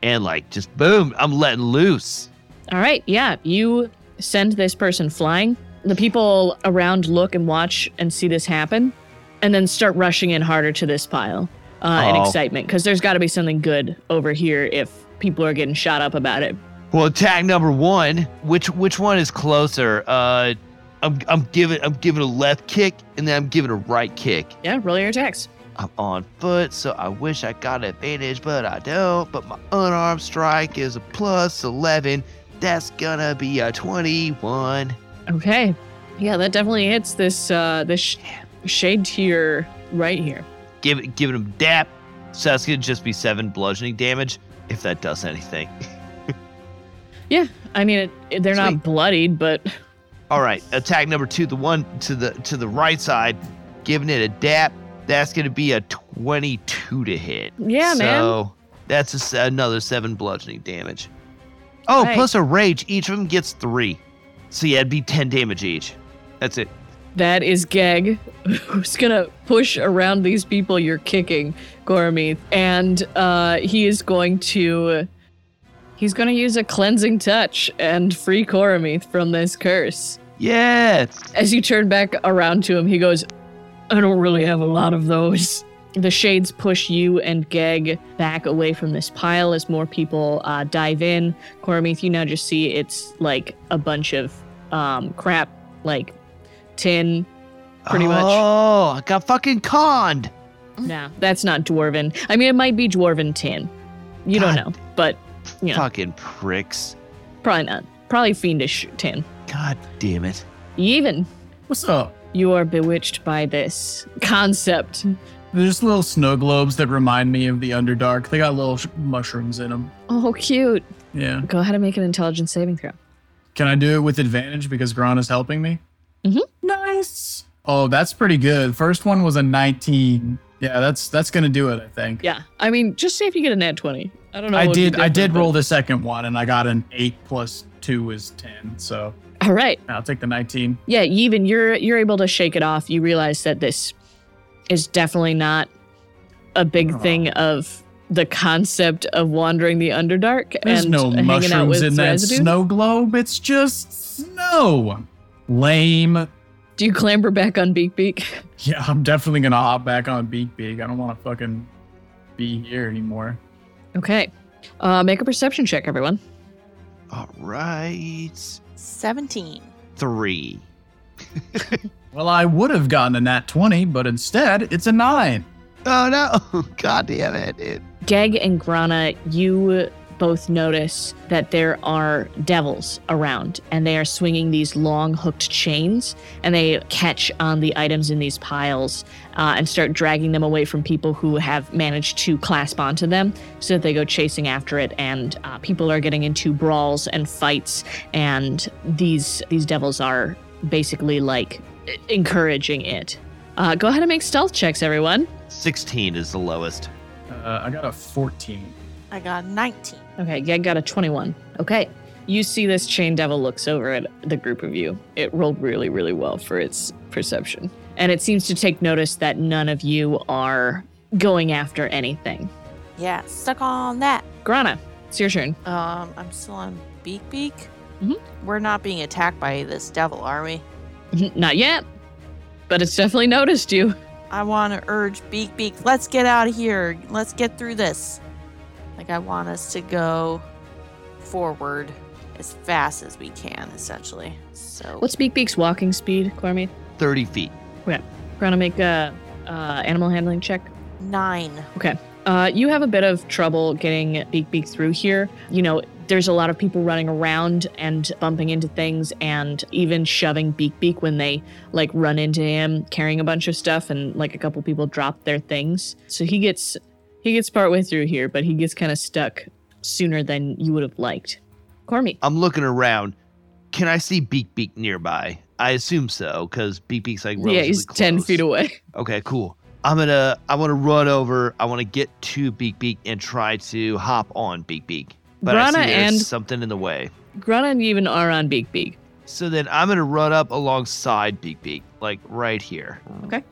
and like just boom, I'm letting loose. All right, yeah, you send this person flying. The people around look and watch and see this happen, and then start rushing in harder to this pile uh, in Oh. excitement because there's got to be something good over here if people are getting shot up about it. Well, attack number one. Which which one is closer? Uh, I'm I'm giving I'm giving a left kick and then I'm giving a right kick. Yeah, roll your attacks. I'm on foot, so I wish I got an advantage, but I don't. But my unarmed strike is a plus eleven. That's gonna be a twenty-one. Okay, yeah, that definitely hits this uh, this sh- shade tier right here. Give it giving him dap. So that's gonna just be seven bludgeoning damage if that does anything. I mean, it, it- they're Sweet. not bloodied, but All right, attack number two, the one to the to the right side, giving it a dap. That's going to be a twenty-two to hit. Yeah, so, man. that's a s another seven bludgeoning damage. Oh, Right. plus a rage. Each of them gets three, so yeah, it'd be ten damage each. That's it. that is Geg, who's gonna push around these people you're kicking, Gormith, and uh, he is going to he's gonna use a cleansing touch and free Gormith from this curse. Yes. As you turn back around to him, he goes, I don't really have a lot of those. The shades push you and Geg back away from this pile as more people uh, dive in. Cormith, you now just see it's like a bunch of um, crap, like tin. Pretty oh, much. Oh, I got fucking conned. Nah, that's not dwarven. I mean, it might be dwarven tin. You God. don't know, but Yeah. Fucking pricks. probably not. Probably fiendish tin. God damn it. Even What's up? you are bewitched by this concept. There's just little snow globes that remind me of the Underdark. They got little sh- mushrooms in them. Oh, cute. Yeah. Go ahead and make an intelligence saving throw. Can I do it with advantage because Grana's helping me? Mhm. Nice. Oh, that's pretty good. First one was a 19. Yeah, that's that's gonna do it. I think. Yeah, I mean, just see if you get a net twenty. I don't know. I what would be did. I did different, but- roll the second one, and I got an eight plus two is ten. So All right. I'll take the 19. yeah, even you're you're able to shake it off. You realize that this is definitely not a big Oh. thing of the concept of wandering the underdark There's and no hanging out mushrooms with in that residue. snow globe. It's just snow. Lame. Do you clamber back on Beak Beak? Yeah, I'm definitely gonna hop back on Beak Big. I don't want to fucking be here anymore. Okay, uh, make a perception check, everyone. All right. 17. Three. Well, I would have gotten a nat 20, but instead it's a 9. Oh no! God damn it! it Geg and Grana, you both notice that there are devils around and they are swinging these long hooked chains and they catch on the items in these piles uh, and start dragging them away from people who have managed to clasp onto them so that they go chasing after it and uh, people are getting into brawls and fights and these these devils are basically like e- encouraging it uh, go ahead and make stealth checks everyone Sixteen is the lowest. Uh, I got a 14. I got 19. Okay, Geg got a 21. Okay. You see this chain devil looks over at the group of you. It rolled really, really well for its perception. And it seems to take notice that none of you are going after anything. Yeah, stuck on that. Grana, it's your turn. Um, I'm still on Beak Beak. Mhm. We're not being attacked by this devil, are we? Not yet, but it's definitely noticed you. I want to urge Beak Beak, let's get out of here. Let's get through this. Like, I want us to go forward as fast as we can, essentially. So, What's Beak Beak's walking speed, Cormie? Thirty feet. Grana, make a uh, animal handling check. nine. Uh, you have a bit of trouble getting Beak Beak through here. You know, there's a lot of people running around and bumping into things and even shoving Beak Beak when they like run into him carrying a bunch of stuff and like a couple people drop their things. So he gets he gets partway through here, but he gets kind of stuck sooner than you would have liked. Cormie. I'm looking around. Can I see Beak Beak nearby? I assume so, because Beak Beak's like yeah, relatively he's 10 close. feet away. Okay, cool. I'm gonna I want to run over. I want to get to Beak Beak and try to hop on Beak Beak. But I Grana see there's and- something in the way. Grana and even are on Beak Beak. So then I'm gonna run up alongside Beak Beak, like right here. Okay.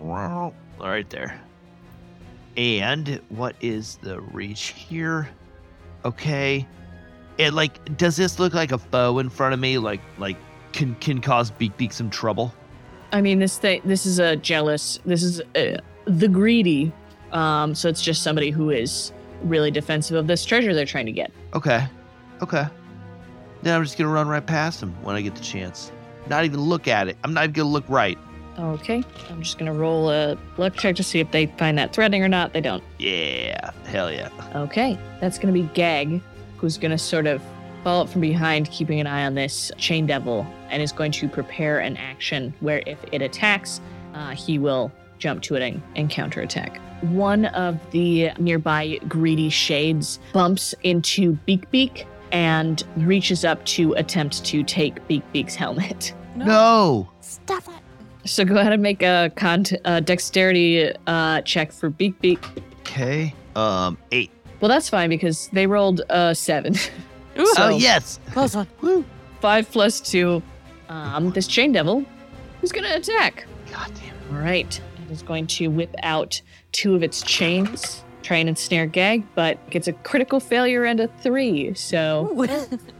Wow. Right there. And what is the reach here? Okay. It like does this look like a foe in front of me? Like like can can cause Beak Beak some trouble? I mean, this thing, this is a jealous, this is uh the greedy. Um, so it's just somebody who is really defensive of this treasure they're trying to get. Okay. Okay. Then I'm just gonna run right past him when I get the chance. Not even look at it. I'm not even gonna look right. Okay, I'm just gonna roll a luck check to see if they find that threatening or not. They don't. Yeah. Hell yeah. Okay, that's gonna be Gag, who's gonna sort of follow up from behind, keeping an eye on this chain devil, and is going to prepare an action where if it attacks, uh, he will jump to it and, and counterattack. One of the nearby greedy shades bumps into Beak Beak and reaches up to attempt to take Beak Beak's helmet. No. Stop it. So go ahead and make a con- uh, dexterity uh, check for Beak Beak. Okay. Um eight. Well, that's fine because they rolled a seven. Ooh, So- oh yes. close one. Woo. Five plus two. Um, this chain devil is going to attack. God damn it. All right. It is going to whip out two of its chains, try and ensnare Gag, but gets a critical failure and a three. So Ooh.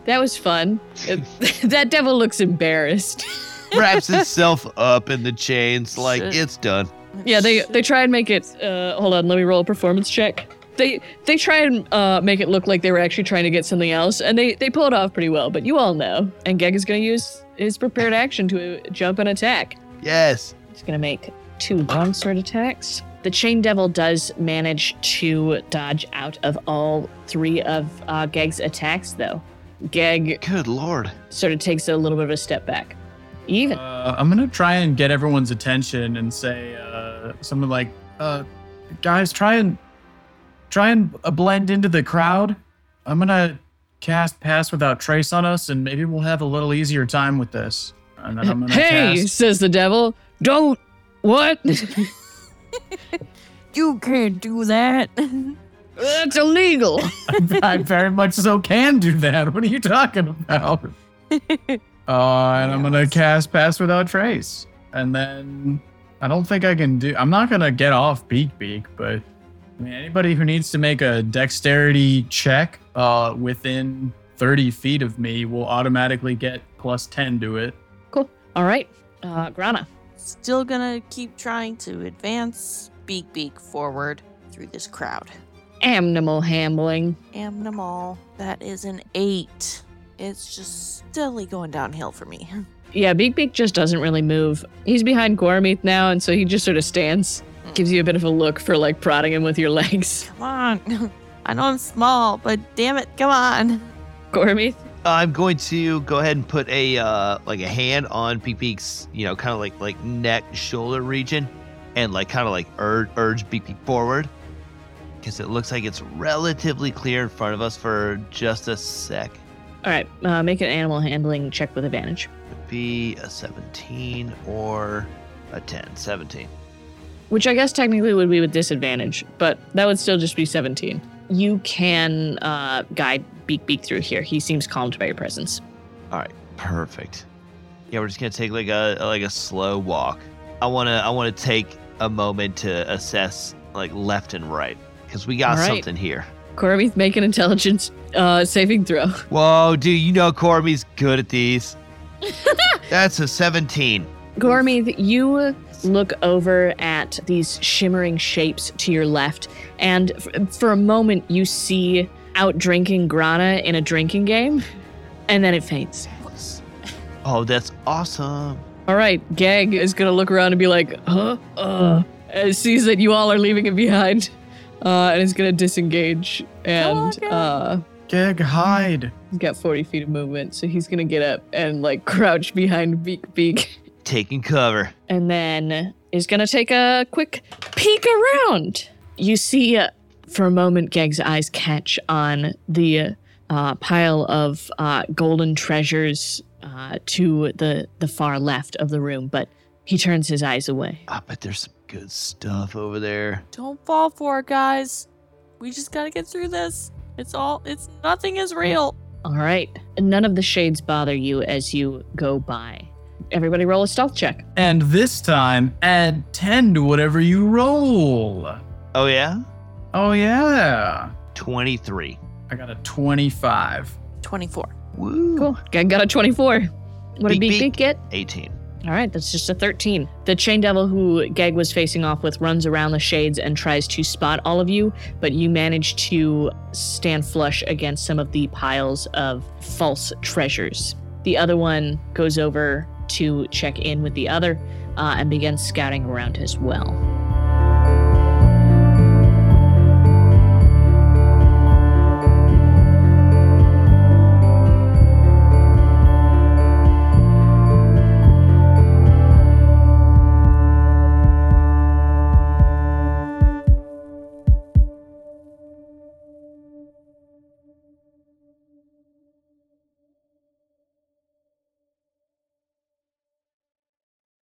that was fun. It- that devil looks embarrassed. Wraps itself up in the chains like Shit. it's done. Yeah, they they try and make it. Uh, hold on, let me roll a performance check. They they try and uh, make it look like they were actually trying to get something else, and they they pull it off pretty well. But you all know, and Geg is going to use his prepared action to jump and attack. Yes. He's going to make two longsword attacks. The chain devil does manage to dodge out of all three of uh, Geg's attacks, though. Geg Good lord. sort of takes a little bit of a step back. Even Uh, I'm going to try and get everyone's attention and say uh, something like, uh, guys, try and try and uh, blend into the crowd. I'm going to cast Pass Without Trace on us, and maybe we'll have a little easier time with this. And then I'm going to hey, cast. says the devil, don't what? You can't do that. That's illegal. I very much so can do that. What are you talking about? uh, and I'm gonna cast Pass Without Trace, and then I don't think I can do. I'm not gonna get off Beak Beak, but I mean anybody who needs to make a Dexterity check uh, within 30 feet of me will automatically get plus 10 to it. All right, uh, Grana. Still gonna keep trying to advance Beak Beak forward through this crowd. Animal handling. Amnamol, that is an eight. It's just steadily going downhill for me. Yeah, Beak Beak just doesn't really move. He's behind Gormeeth now, and so he just sort of stands. Gives you a bit of a look for like prodding him with your legs. Come on. I know I'm small, but damn it, come on. Gormeeth? I'm going to go ahead and put a uh, like a hand on Peak Peak's, you know, kind of like like neck shoulder region, and like kind of like urge urge Peak Peak forward, because it looks like it's relatively clear in front of us for just a sec. All right, uh, make an animal handling check with advantage. Would be a 17 or a 10. 17. which I guess technically would be with disadvantage, but that would still just be 17. You can uh, guide Beak Beak through here. He seems calmed by your presence. Perfect. Yeah, we're just gonna take like a like a slow walk. I wanna I wanna take a moment to assess like left and right because we got All right. something here. Cormith, make an intelligence uh, saving throw. Whoa, dude, you know Corby's good at these. That's a 17. Gormith, you look over at these shimmering shapes to your left, and f- for a moment you see out drinking Grana in a drinking game, and then it fades. Oh, that's awesome. All right, Gag is gonna look around and be like, huh? Uh, and sees that you all are leaving it behind, uh, and is gonna disengage and Gag. uh, Gag, hide. he's got 40 feet of movement, so he's gonna get up and like crouch behind Beak Beak, Taking cover. and then is gonna take a quick peek around. You see, uh, for a moment, Gag's eyes catch on the uh, pile of uh, golden treasures uh, to the the far left of the room, but he turns his eyes away. I bet there's some good stuff over there. Don't fall for it, guys. We just gotta get through this. It's all, it's nothing is real. All right. None of the shades bother you as you go by. Everybody roll a stealth check. And this time, add 10 to whatever you roll. Oh, yeah? Oh, yeah. 23. I got a 25. 24. Woo. Cool. Gang got a 24. What did Beak, Beak beak. Beak get? 18. All right, that's just a 13. The chain devil who Gag was facing off with runs around the shades and tries to spot all of you, but you manage to stand flush against some of the piles of false treasures. The other one goes over to check in with the other uh, and begins scouting around as well.